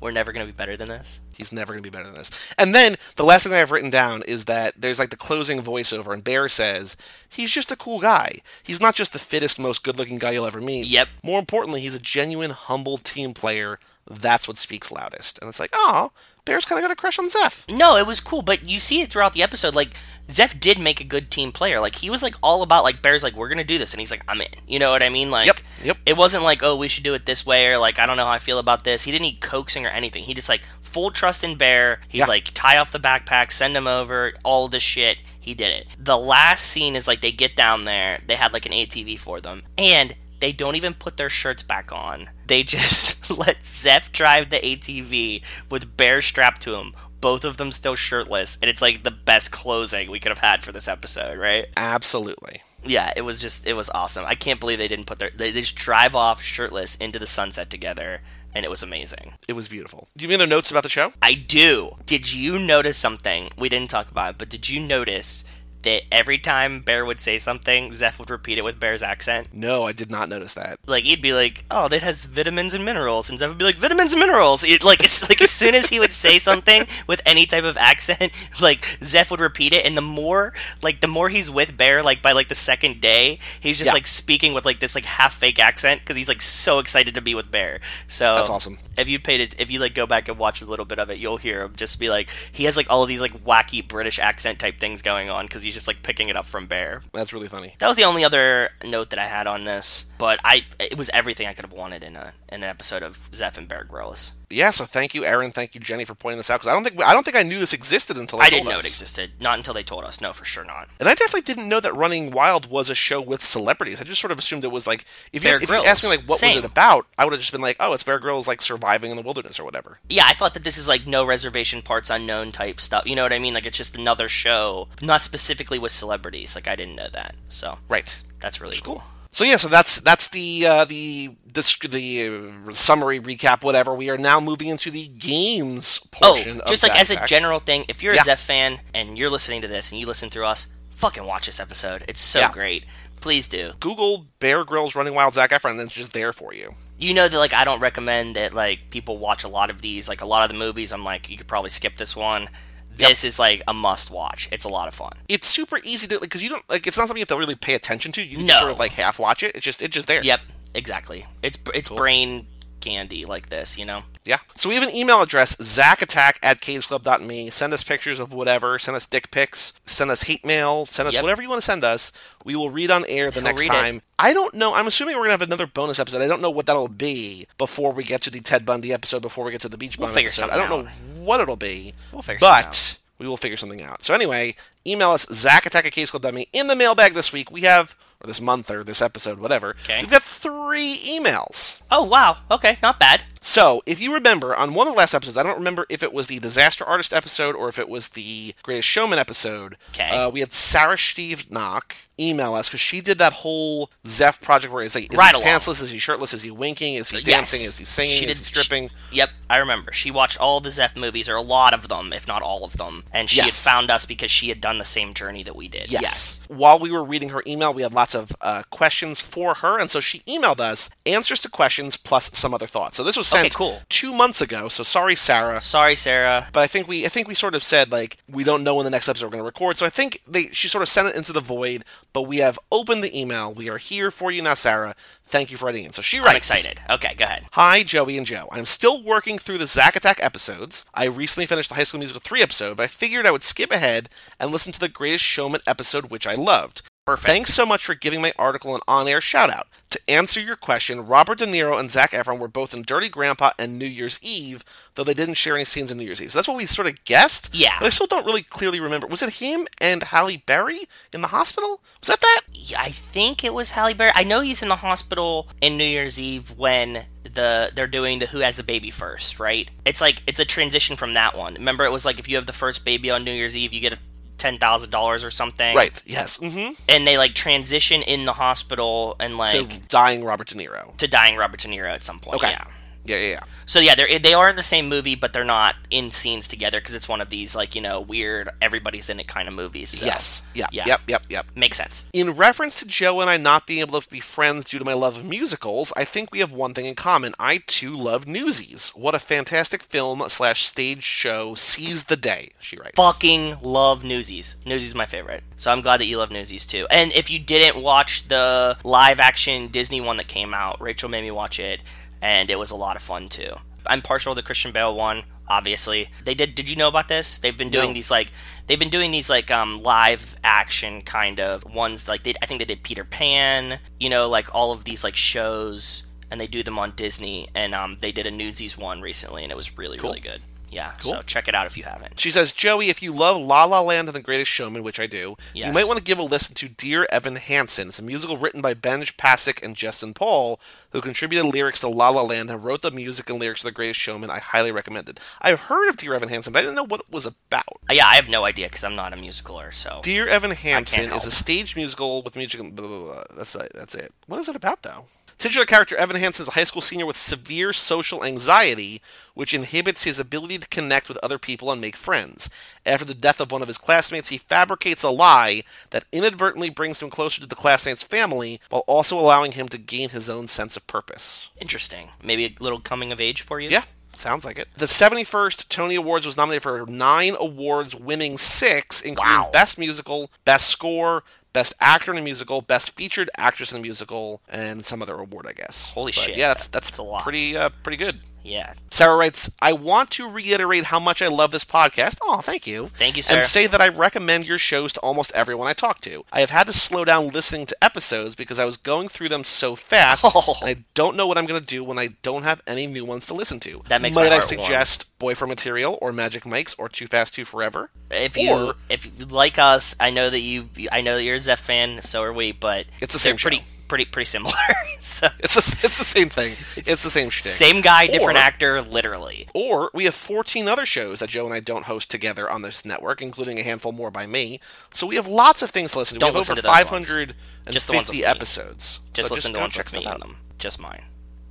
we're never gonna be better than this. He's never going to be better than this. And then the last thing I have written down is that there's like the closing voiceover, and Bear says, He's just a cool guy. He's not just the fittest, most good looking guy you'll ever meet. Yep. More importantly, he's a genuine, humble team player. That's what speaks loudest. And it's like, Oh, Bear's kind of got a crush on Zeph. No, it was cool, but you see it throughout the episode. Like Zeph did make a good team player. Like he was like all about like Bears like we're gonna do this, and he's like I'm in. You know what I mean? Like Yep, yep. It wasn't like oh we should do it this way or like I don't know how I feel about this. He didn't need coaxing or anything. He just like full trust in Bear. He's Yeah. like tie off the backpack, send him over, all this shit. He did it. The last scene is like they get down there. They had like an ATV for them, and they don't even put their shirts back on. They just let Zeph drive the ATV with Bear strapped to him, both of them still shirtless, and it's like the best closing we could have had for this episode, right? Absolutely. Yeah, it was just it was awesome. I can't believe they didn't put their they, they just drive off shirtless into the sunset together, and it was amazing. It was beautiful. Do you have any other notes about the show? I do. Did you notice something? We didn't talk about it, but did you notice that every time Bear would say something, Zeph would repeat it with Bear's accent? No, I did not notice that. like he'd be like, "Oh, that has vitamins and minerals," and Zeph would be like, "Vitamins and minerals." It, like it's like as soon as he would say something with any type of accent, like Zeph would repeat it, and the more like the more he's with Bear, like by like the second day, he's just Yeah. like speaking with like this like half fake accent because he's like so excited to be with Bear. So That's awesome. If you paid it, if you like go back and watch a little bit of it, you'll hear him just be like, he has like all of these like wacky British accent type things going on because he's just like picking it up from Bear. That's really funny. That was the only other note that I had on this, but I it was everything I could have wanted in a in an episode of Zeph and Bear Grylls. Yeah, so thank you, Aaron. Thank you, Jenny, for pointing this out because I don't think I don't think I knew this existed until I I didn't told know us. it existed. Not until they told us. No, for sure not. And I definitely didn't know that Running Wild was a show with celebrities. I just sort of assumed it was like if you, Bear if you Grylls. asked me like what was Same. it about, I would have just been like, oh, it's Bear Grylls like surviving in the wilderness or whatever. Yeah, I thought that this is like no reservation parts unknown type stuff. You know what I mean? Like it's just another show, not specifically with celebrities. Like I didn't know that. So Right. that's really cool. Cool. So yeah, so that's that's the uh, the this, the uh, summary recap, whatever. We are now moving into the games Oh, portion. of just like Zack as a Zack. general thing, if you're Yeah. a Zeph fan and you're listening to this and you listen through us, fucking watch this episode. It's so Yeah. great. Please do. Google Google Bear Grylls Running Wild Zach Efron, and it's just there for you. you know that like I don't recommend that like people watch a lot of these. Like a lot of the movies, I'm like you could probably skip this one. This is like a must watch. It's a lot of fun. It's super easy to because you don't like it's not something you have to really pay attention to. You can No. just sort of like half watch it. It's just it's just there. Yep, exactly. It's it's brain candy like this, you know. Yeah. So we have an email address, zackattack at cageclub.me. Send us pictures of whatever. Send us dick pics. Send us hate mail. Send us Yep. whatever you want to send us. We will read on air the next read it. time. I don't know. I'm assuming we're going to have another bonus episode. I don't know what that'll be before we get to the Ted Bundy episode, before we get to the Beach Bum figure episode. I something don't know what it'll be. We'll figure something But we will figure something out. So anyway, email us, zackattack at cageclub.me. In the mailbag this week, we have, or this month, or this episode, whatever, Okay. we've got three emails. Oh wow, okay, not bad. So, if you remember, on one of the last episodes, I don't remember if it was the Disaster Artist episode or if it was the Greatest Showman episode. 'Kay. Uh, we had Sarah Steve Knock email us because she did that whole Zeph project where it's like, is Right he along. pantsless? Is he shirtless? Is he winking? Is he Yes. dancing? Is he singing? She is he did- stripping? Yep, I remember. She watched all the Zeph movies, or a lot of them, if not all of them, and she Yes. had found us because she had done the same journey that we did. yes. While we were reading her email, we had lots of uh, questions for her, and so she emailed us answers to questions plus some other thoughts. So this was sent cool. two months ago. So sorry, Sarah. Sorry, Sarah. But I think we I think we sort of said like we don't know when the next episode we're going to record. So I think they she sort of sent it into the void. But we have opened the email. We are here for you now, Sarah. Thank you for writing in. So she writes. I'm excited. Okay, go ahead. Hi, Joey and Joe. I'm still working through the Zack Attack episodes. I recently finished the High School Musical 3 episode, but I figured I would skip ahead and listen to the Greatest Showman episode, which I loved. Perfect. Thanks so much for giving my article an on air shout out. To answer your question, Robert De Niro and Zach Efron were both in Dirty Grandpa and New Year's Eve, though they didn't share any scenes in New Year's Eve. So that's what we sort of guessed. Yeah. But I still don't really clearly remember. Was it him and Halle Berry in the hospital? Was that that? Yeah, I think it was Halle Berry. I know he's in the hospital in New Year's Eve when the they're doing the who has the baby first, right? It's like it's a transition from that one. Remember, it was like if you have the first baby on New Year's Eve, you get a ten thousand dollars or something, Right. Yes. Mm-hmm. And they like transition in the hospital and like To to, dying Robert De Niro. dying Robert De Niro at some point. Okay. Yeah. Yeah. Yeah. yeah. So yeah, they are they are in the same movie, but they're not in scenes together because it's one of these like you know weird everybody's in it kind of movies. So. Yes. Yeah. Yeah. Yep. Yep. Yep. makes sense. In reference to Joe and I not being able to be friends due to my love of musicals, I think we have one thing in common. I too love Newsies. What a fantastic film slash stage show. Seize the day, she writes. fucking love Newsies. Newsies is my favorite. So I'm glad that you love Newsies too. And if you didn't watch the live action Disney one that came out, Rachel made me watch it and it was a lot of fun too. I'm partial to the Christian Bale one. Obviously, they did. Did you know about this? They've been doing No. these like they've been doing these like um live action kind of ones. Like they, I think they did Peter Pan. You know, like all of these like shows, and they do them on Disney. And um, they did a Newsies one recently, and it was really really good. Yeah, so check it out if you haven't. She says, Joey, if you love La La Land and The Greatest Showman, which I do, you Yes. might want to give a listen to Dear Evan Hansen. It's a musical written by Benj Pasek and Justin Paul, who contributed lyrics to La La Land and wrote the music and lyrics to The Greatest Showman. I highly recommend it. I've heard of Dear Evan Hansen, but I didn't know what it was about. Uh, Yeah, I have no idea because I'm not a musicaler. So Dear Evan Hansen is a help. stage musical with music. and Blah, blah, blah. That's it. That's it. What is it about though? Titular character Evan Hansen is a high school senior with severe social anxiety, which inhibits his ability to connect with other people and make friends. After the death of one of his classmates, he fabricates a lie that inadvertently brings him closer to the classmate's family while also allowing him to gain his own sense of purpose. interesting. Maybe a little coming of age for you. Yeah, sounds like it. The 71st Tony Awards was nominated for nine awards, winning six, including Wow. Best Musical, Best Score, Best Actor in a Musical, Best Featured Actress in a Musical, and some other award, I guess. Holy But shit, Yeah, that's that's, that's a lot. pretty uh, pretty good. Yeah. Sarah writes, "I want to reiterate how much I love this podcast. Oh, thank you." Thank you, and Sarah. say that I recommend your shows to almost everyone I talk to. I have had to slow down listening to episodes because I was going through them so fast, Oh. and I don't know what I'm going to do when I don't have any new ones to listen to. That makes my Might I heart suggest Boyfriend Material or Magic Mike's or Too Fast, Too Forever? if you Or- if you like us, I know that you I know that you're a Zeph fan, so are we, but It's the they're same pretty show. pretty pretty similar. so It's the, it's the same thing. It's, the same shtick. same guy, different Or- actor, literally. Or we have 14 other shows that Joe and I don't host together on this network, including a handful more by me. So we have lots of things to listen to. Don't we have listen over to those ones. 550 Just the ones with me. episodes. Just So listen to go one check with me stuff out. in them. Just mine.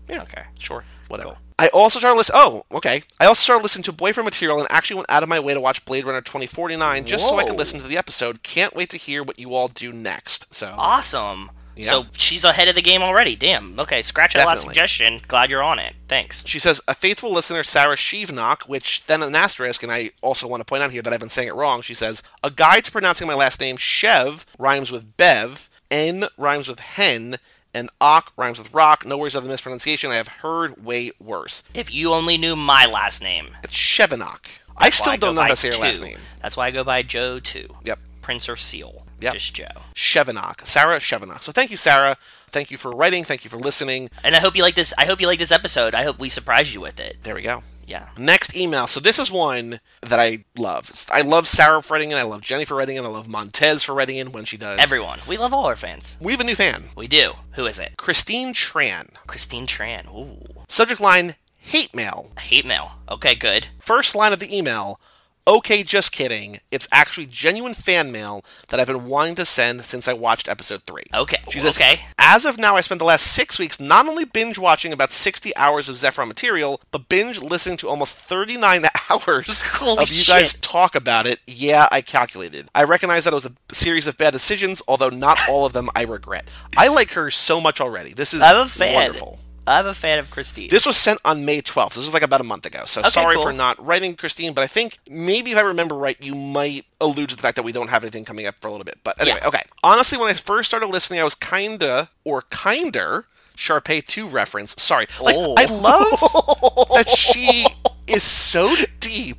Yeah. Okay. Sure. Whatever. Cool. I also started listening. Oh, okay. I also started listening to Boyfriend Material and actually went out of my way to watch Blade Runner 2049 just so I could Whoa. listen to the episode. Can't wait to hear what you all do next. So Awesome. Yeah. So she's ahead of the game already. Damn. Okay, scratch out that Definitely. suggestion. Glad you're on it. Thanks. she says, a faithful listener, Sarah Shevnock, which then an asterisk, and I also want to point out here that I've been saying it wrong. She says, a guide to pronouncing my last name, Chev, rhymes with Bev, N rhymes with Hen, and Ock rhymes with Rock. No worries about the mispronunciation. I have heard way worse. If you only knew my last name. It's Shevnock. I still Why I go don't know how by to say her last two. name. That's why I go by Joe too. Yep. Prince or Seal. Yep. Just Joe. Shevanock, Sarah Shevanock. So thank you, Sarah. Thank you for writing. Thank you for listening. And I hope you like this I hope you like this episode. I hope we surprise you with it. There we go. Yeah. Next email. So this is one that I love. I love Sarah for writing in. I love Jenny for writing in. I love Montez for writing in when she does. Everyone. We love all our fans. we have a new fan, We do. Who is it? Christine Tran. Christine Tran. Ooh. Subject line: Hate mail. Hate mail. Okay, good. First line of the email. Okay, just kidding. It's actually genuine fan mail that I've been wanting to send since I watched episode three. Okay. She says, okay. As of now, I spent the last six weeks not only binge watching about 60 hours of Zephron material, but binge listening to almost 39 hours Holy of you guys shit. talk about it. Yeah, I calculated. I recognize that it was a series of bad decisions, although not all of them I regret. I like her so much already. This is I'm a fan. wonderful. I'm a fan of Christine. This was sent on May 12th. This was like about a month ago. So sorry cool. for not writing, Christine, but I think maybe if I remember right, you might allude to the fact that we don't have anything coming up for a little bit. But anyway, Yeah. okay. Honestly, when I first started listening, I was kinda or kinder Sharpay 2 reference. Sorry. Like, Oh. I love that she is so deep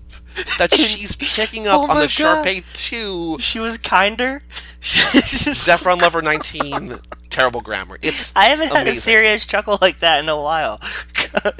that she's picking up Oh on my the God. Sharpay 2 she was kinder. Zephron Lover 19 terrible grammar. It's I haven't had a Amazing. serious chuckle like that in a while.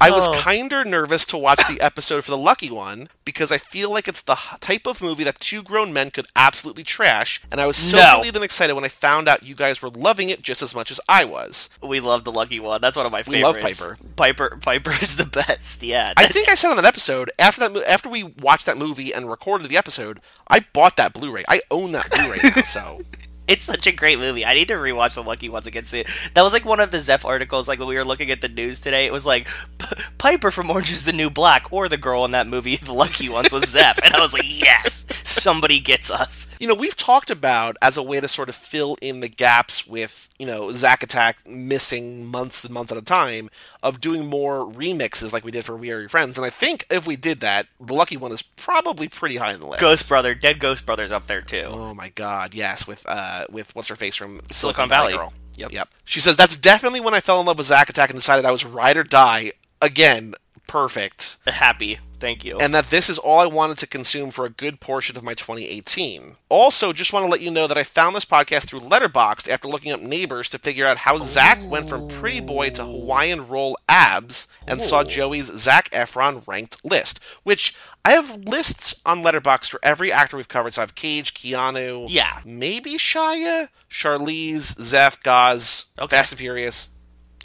I was Oh. kinder nervous to watch the episode for the lucky one because I feel like it's the h- type of movie that two grown men could absolutely trash, and I was so No. relieved and excited when I found out you guys were loving it just as much as I was. we love the lucky one. That's one of my We love favorites. Piper. Piper. is the best. Yeah. I think I said on that episode after that mo- after we watched that movie and recorded the episode, I bought that Blu-ray. I own that Blu-ray now, so It's such a great movie. I need to rewatch The Lucky Ones again soon. That was like one of the Zeph articles. Like when we were looking at the news today, it was like P- Piper from Orange is the New Black, or the girl in that movie, The Lucky Ones, was Zeph. And I was like, yes, somebody gets us. you know, we've talked about as a way to sort of fill in the gaps with, you know, Zack Attack missing months and months at a time of doing more remixes like we did for We Are Your Friends. And I think if we did that, the lucky one is probably pretty high in the list. Ghost Brother, Dead Ghost Brother's up there too. Oh my God! Yes, with uh, with what's her face from Silicon, Silicon Valley. Girl. Yep. Yep. She says that's definitely when I fell in love with Zack Attack and decided I was ride or die again, perfect. Happy. Thank you. and that this is all I wanted to consume for a good portion of my 2018. Also, just want to let you know that I found this podcast through Letterboxd after looking up neighbors to figure out how Zach went from pretty boy to Hawaiian roll abs and saw Joey's Zach Efron ranked list, which I have lists on Letterboxd for every actor we've covered. So I have Cage, Keanu, Yeah. maybe Shia, Charlize, Zeph, Gaz, Okay. Fast and Furious,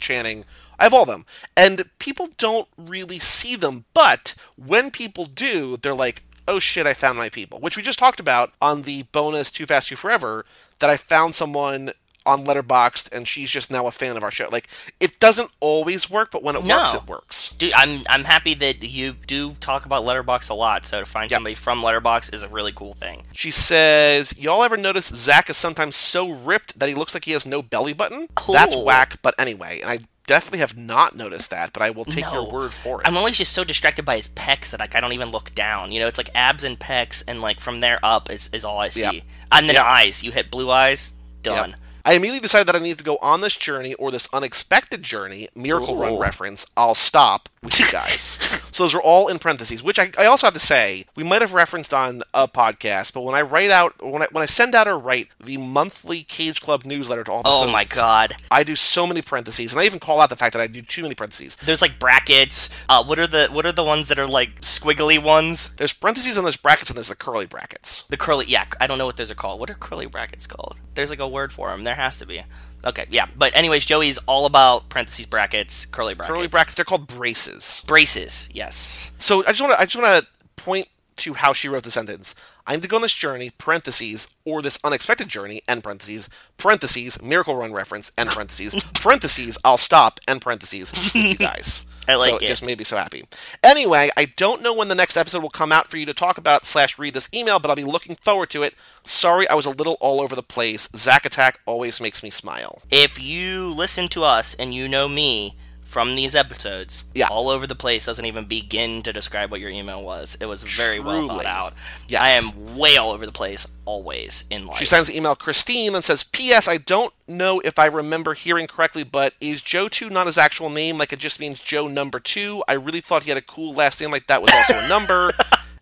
Channing. I have all them. And people don't really see them, but when people do, they're like, oh shit, I found my people. Which we just talked about on the bonus Too Fast, Too Forever, that I found someone on Letterboxd and she's just now a fan of our show. Like, it doesn't always work, but when it No. works, it works. Dude, I'm I'm happy that you do talk about Letterbox a lot. So to find somebody from Letterbox is a really cool thing. She says, Y'all ever notice Zach is sometimes so ripped that he looks like he has no belly button? That's Cool. whack, but anyway. And I definitely have not noticed that, but I will take No. your word for it. I'm always just so distracted by his pecs that like I don't even look down. You know, it's like abs and pecs, and like from there up is is all I see. Yep. And then Yep. eyes. You hit blue eyes. Yep. Done. I immediately decided that I needed to go on this journey or this unexpected journey, Miracle Run Ooh. reference, I'll stop with you guys. so those are all in parentheses, which I, I also have to say, we might have referenced on a podcast, but when I write out, when I, when I send out or write the monthly Cage Club newsletter to all the Oh my hosts, god. I do so many parentheses, and I even call out the fact that I do too many parentheses. There's like brackets. Uh, what are the what are the ones that are like squiggly ones? There's parentheses and there's brackets and there's the curly brackets. The curly, yeah, I don't know what those are called. What are curly brackets called? There's like a word for them. There has to be. Okay, yeah. But anyways, Joey's all about parentheses, brackets, curly brackets, Curly brackets, they're called braces. braces. Yes. So I just want to I just want to point to how she wrote the sentence. I need to go on this journey, parentheses, or this unexpected journey, end parentheses, parentheses, miracle run reference, end parentheses, parentheses, I'll stop, end parentheses, with you guys. I like so it. just made me so happy. Anyway, I don't know when the next episode will come out for you to talk about slash read this email, but I'll be looking forward to it. Sorry I was a little all over the place. Zack Attack always makes me smile. If you listen to us and you know me from these episodes, Yeah. all over the place doesn't even begin to describe what your email was. It was very well thought Truly. out. Yes. I am way all over the place always in life. She sends the email Christine and says, P.S. I don't know if I remember hearing correctly, but is Joe 2 not his actual name? Like it just means Joe number 2. I really thought he had a cool last name like that was also a number.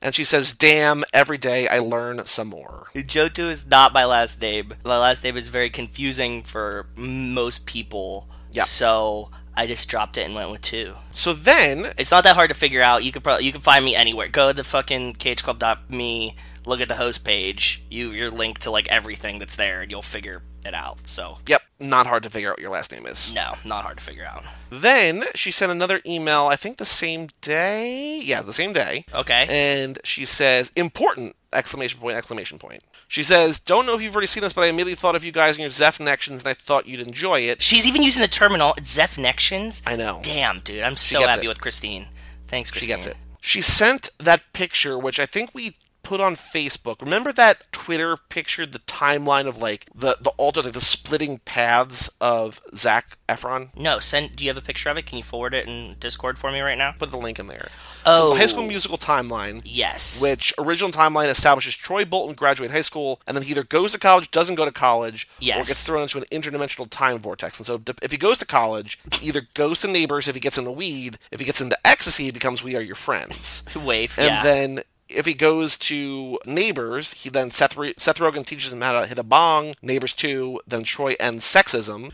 and she says, Damn, every day I learn some more. Jotu is not my last name. My last name is very confusing for most people. Yeah. So I just dropped it and went with two. So then, It's not that hard to figure out. You could probably you can find me anywhere. Go to fucking cageclub.me, look at the host page. You you're linked to like everything that's there and you'll figure it out. So yep, not hard to figure out what your last name is. no, not hard to figure out. Then she sent another email, I think the same day. Yeah, the same day. Okay. and she says important exclamation point exclamation point she says don't know if you've already seen this but i immediately thought of you guys and your zeph connections and i thought you'd enjoy it She's even using the terminal Zefnections. i know Damn, dude. I'm so gets happy it. with Christine. Thanks, she Christine. gets it she sent that picture which i think we put on facebook remember that twitter picture the timeline of like the the alter like the splitting paths of zach efron No, send do you have a picture of it? Can you forward it in Discord for me right now? put the link in there so Oh. it's the high school musical timeline Yes. which original timeline establishes Troy Bolton graduates high school, and then he either goes to college, doesn't go to college, or Yes. gets thrown into an interdimensional time vortex. And so, d- if he goes to college, he either goes to neighbors if he gets into weed, if he gets into ecstasy, he becomes "We Are Your Friends," Wave. and yeah. then. If he goes to Neighbors, he then Seth, Re- Seth Rogen teaches him how to hit a bong. Neighbors 2, then Troy ends sexism.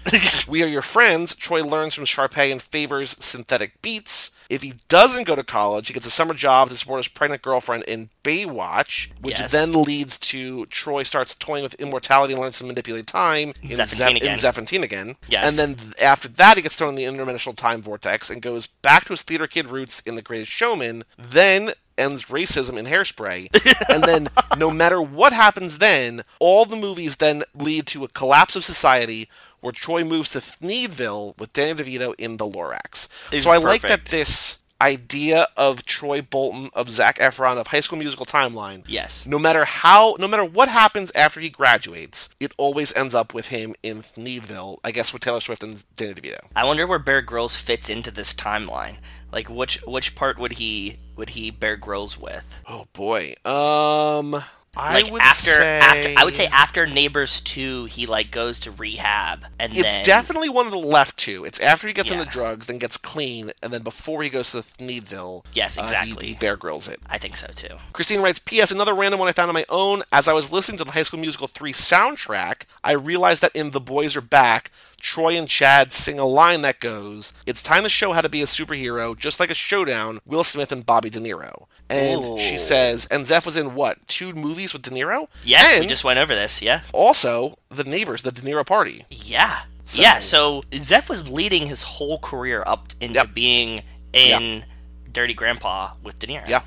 we Are Your Friends, Troy learns from Sharpay and favors synthetic beats. If he doesn't go to college, he gets a summer job to support his pregnant girlfriend in Baywatch, which Yes. then leads to Troy starts toying with immortality and learns to manipulate time in, Zephantine Zep- in again. Zephantine again. Yes. And then th- after that, he gets thrown in the interdimensional time vortex and goes back to his theater kid roots in The Greatest Showman, then ends racism in Hairspray. and then, no matter what happens then, all the movies then lead to a collapse of society where Troy moves to Sneedville with Danny DeVito in The Lorax. This so I is like that perfect. this idea of Troy Bolton, of Zach Efron, of High School Musical Timeline Yes. no matter how no matter what happens after he graduates it always ends up with him in Sneedville I guess with Taylor Swift and Danny DeVito I wonder where Bear Grylls fits into this timeline. Like which which part would he would he Bear Grylls with? oh boy um I like would after say- after I would say after Neighbors 2 he like goes to rehab and It's then definitely one of the left two. It's after he gets Yeah. into drugs, then gets clean, and then before he goes to Needville, Yes, uh, he- exactly. he bear grills it. I think so too. Christine writes, P.S. Another random one I found on my own. As I was listening to the High School Musical 3 soundtrack, I realized that in The Boys Are Back, Troy and Chad sing a line that goes, It's time to show how to be a superhero, just like a showdown, Will Smith and Bobby De Niro. And she Ooh. says, and Zeph was in what, two movies with De Niro? Yes, we And just went over this, yeah. also The Neighbors, the De Niro party. Yeah. Yeah, so Zeph was leading his whole career up into Yep. being in Dirty Grandpa with De Niro. Yeah.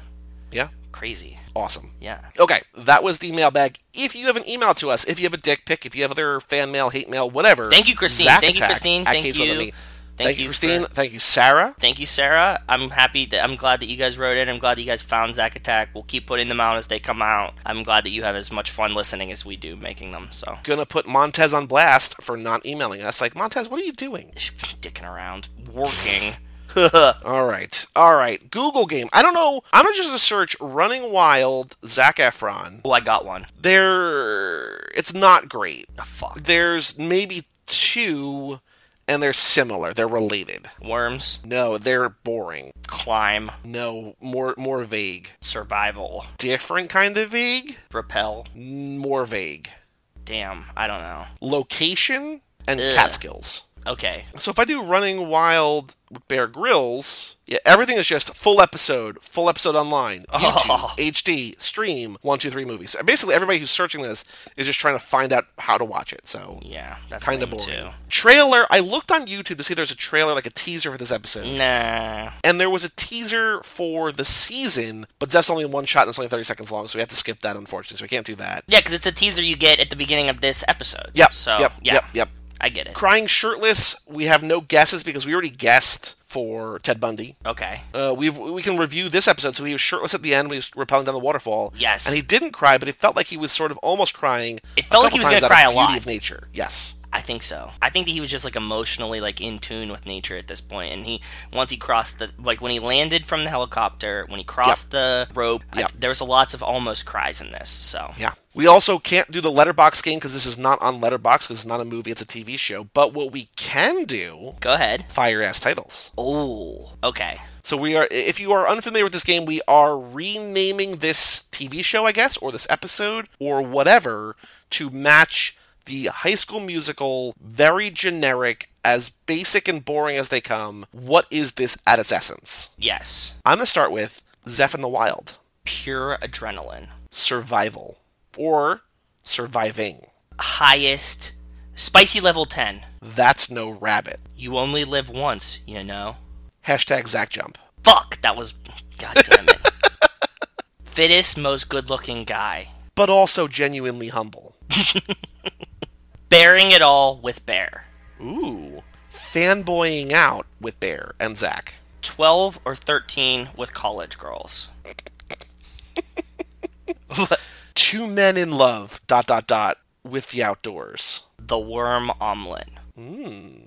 Yeah. Crazy. Awesome. Yeah. Okay, that was the mailbag. If you have an email to us, if you have a dick pic, if you have other fan mail, hate mail, whatever. Thank you, Christine. Zack Thank you, Attack Christine. at Thank Cage you. Lemonade. Thank E. Thank you, you Christine. Thank you, Sarah. Thank you, Sarah. I'm happy that I'm glad that you guys wrote it. I'm glad that you guys found Zack Attack. We'll keep putting them out as they come out. I'm glad that you have as much fun listening as we do making them. So Gonna put Montez on blast for not emailing us. Like, Montez, what are you doing? dicking around, working. Oh, All right, all right. Google game. I don't know. I'm just gonna search "running wild" Zach Efron. oh, I got one. There, it's not great. Ah, fuck. There's maybe two, and they're similar. They're related. Worms, No, they're boring. climb, No, more more vague. survival, Different kind of vague. repel. More vague. Damn, I don't know. Location and Ugh. Catskills. Okay, So if I do Running Wild with Bear Grylls, yeah, everything is just full episode, full episode online, YouTube, Oh. HD, stream, one, two, three movies. So basically, everybody who's searching this is just trying to find out how to watch it. So yeah, that's kind of lame, boring. too. Trailer. I looked on YouTube to see if there's a trailer, like a teaser for this episode, Mm. Nah. and there was a teaser for the season, but that's only one shot and it's only 30 seconds long, so we have to skip that, unfortunately. So we can't do that. Yeah, because it's a teaser you get at the beginning of this episode. Yep. So yep. yeah, Yep. Yep. I get it. Crying shirtless. We have no guesses because we already guessed for Ted Bundy. Okay. Uh, we we can review this episode. So he was shirtless at the end when he was rappelling down the waterfall. Yes. and he didn't cry, but it felt like he was sort of almost crying. It felt like couple he was gonna times out cry of a beauty lot. Of nature, yes. I think so. I think that he was just like emotionally like in tune with nature at this point, and he once he crossed the like when he landed from the helicopter, when he crossed the rope, I- Yep. there was a lots of almost cries in this. So Yeah. We also can't do the letterbox game because this is not on letterbox because it's not a movie; it's a TV show. But what we can do, go ahead. fire ass titles. Oh, okay. So we are. If you are unfamiliar with this game, we are renaming this TV show, I guess, or this episode, or whatever, to match the High School Musical. Very generic, as basic and boring as they come. What is this at its essence? Yes, I'm gonna start with Zeph in the Wild, pure adrenaline, survival, or surviving. highest spicy level ten. That's no rabbit. You only live once, you know. Hashtag Zach Jump. Fuck, that was god damn it. Fittest, most good-looking guy, But also genuinely humble. bearing it all with bear. Ooh. Fanboying out with Bear and Zach. 12 or 13 with college girls. two men in love dot dot dot with the outdoors The worm omelet. um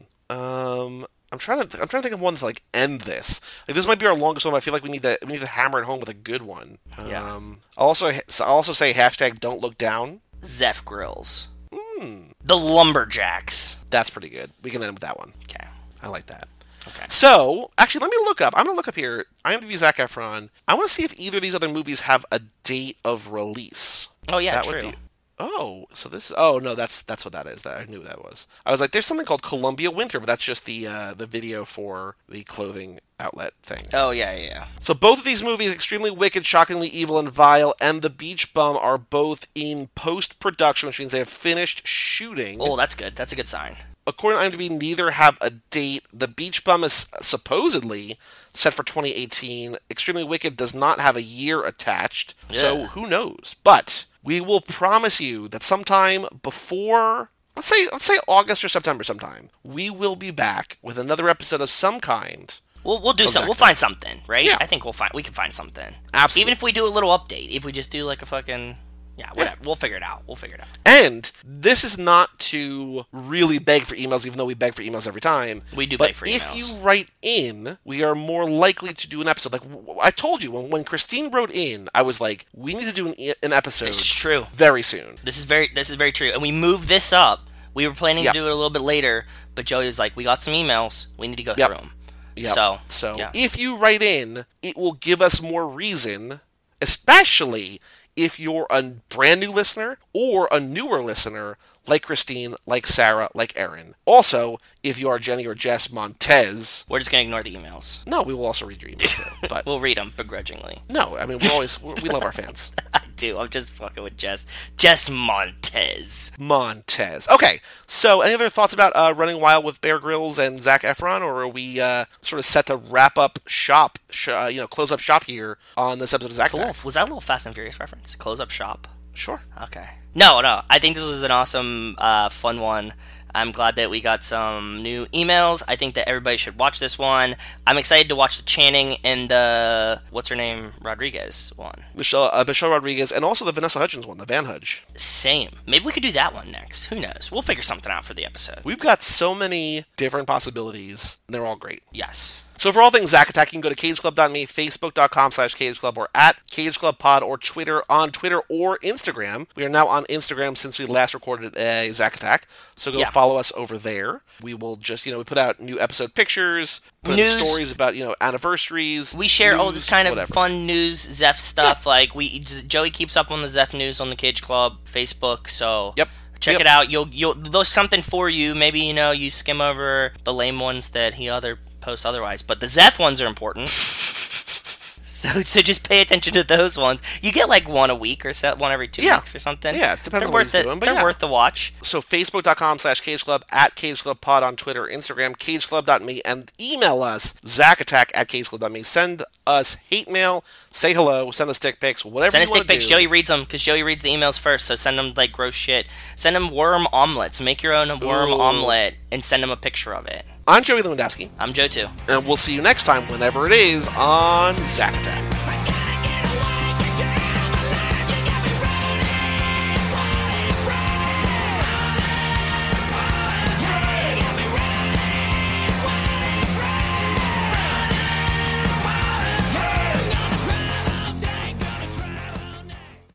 i'm trying to i'm trying to think of one to like end this like this might be our longest one but i feel like we need to we need to hammer it home with a good one Yeah. um I'll also so i'll also say hashtag don't look down Zeph grills. Hmm. The lumberjacks. that's pretty good we can end with that one Okay. i like that Okay. so actually let me look up i'm gonna look up here i'm gonna be zach efron i want to see if either of these other movies have a date of release Oh yeah, that true. would be oh so this oh no that's that's what that is that i knew that was i was like there's something called columbia winter but that's just the uh, the video for the clothing outlet thing Oh yeah, yeah, yeah. so both of these movies extremely wicked shockingly evil and vile and the beach bum are both in post-production which means they have finished shooting Oh, that's good. That's a good sign. according to imdb neither have a date the beach bum is supposedly set for 2018 extremely wicked does not have a year attached so Yeah. who knows but we will promise you that sometime before let's say let's say august or september sometime we will be back with another episode of some kind We'll we'll do some. We'll find something, right? Yeah. I think we'll find we can find something. Absolutely. Even if we do a little update, if we just do like a fucking Yeah, whatever. We'll figure it out. We'll figure it out. And this is not to really beg for emails, even though we beg for emails every time. We do but beg for if emails. you write in, we are more likely to do an episode. Like w- w- I told you, when, when Christine wrote in, I was like, we need to do an, e- an episode It's true. very soon. This is very this is very true. And we moved this up. We were planning Yeah. to do it a little bit later, but Joey was like, "We got some emails. We need to go Yep. through them." Yep. So, so e- yeah. if you write in, it will give us more reason, especially if you're a brand new listener or a newer listener, like Christine, like Sarah, like Erin. Also, if you are Jenny or Jess Montez, We're just gonna ignore the emails. no, we will also read your email too. But We'll read them begrudgingly. no, I mean, we're always we we love our fans. I do. I'm just fucking with Jess. Jess Montez. Montez. Okay, so any other thoughts about uh, Running Wild with Bear Grylls and Zach Efron, or are we uh, sort of set to wrap up shop, sh- uh, you know, close up shop here on this episode of Zach? A little- was that a little Fast and Furious reference? Close up shop. Sure. Okay. No, no. I think this was an awesome, uh, fun one. I'm glad that we got some new emails. I think that everybody should watch this one. I'm excited to watch the Channing and the what's her name Rodriguez one. Michelle uh, Michelle Rodriguez, and also the Vanessa Hudgens one, the Van Hudge. Same. Maybe we could do that one next. Who knows? We'll figure something out for the episode. We've got so many different possibilities, and they're all great. Yes. So for all things Zack Attack, you can go to cageclub.me, facebook.com slash cageclub, or at cageclubpod, or Twitter, on Twitter or Instagram. We are now on Instagram since we last recorded a Zack Attack, so go Yeah. follow us over there. We will just, you know, we put out new episode pictures, put in News. stories about, you know, anniversaries. We share all news, this kind of whatever. fun news, Zeph stuff. Like we, Joey keeps up on the Zeph news on the Cage Club Facebook. So Yep. check Yep. it out. You'll you'll there's something for you. Maybe you know you skim over the lame ones that he other posts otherwise, but the Zeph ones are important. So, so just pay attention to those ones. You get like one a week or so, one every two Yeah. weeks or something. Yeah, it depends they're on what worth he's it. doing, but they're yeah. worth the watch. So facebook.com slash cageclub, at cageclubpod on Twitter, Instagram, cageclub.me, and email us, zackattack at cageclub.me. Send us hate mail, say hello, send us dick pics, whatever Send you us dick wanna pics. do. Joey reads them because Joey reads the emails first. So send them like gross shit. Send them worm omelets. Make your own worm Ooh. omelet and send them a picture of it. I'm Joey Lewandowski, I'm Joe too. and we'll see you next time, whenever it is, on Zack Attack.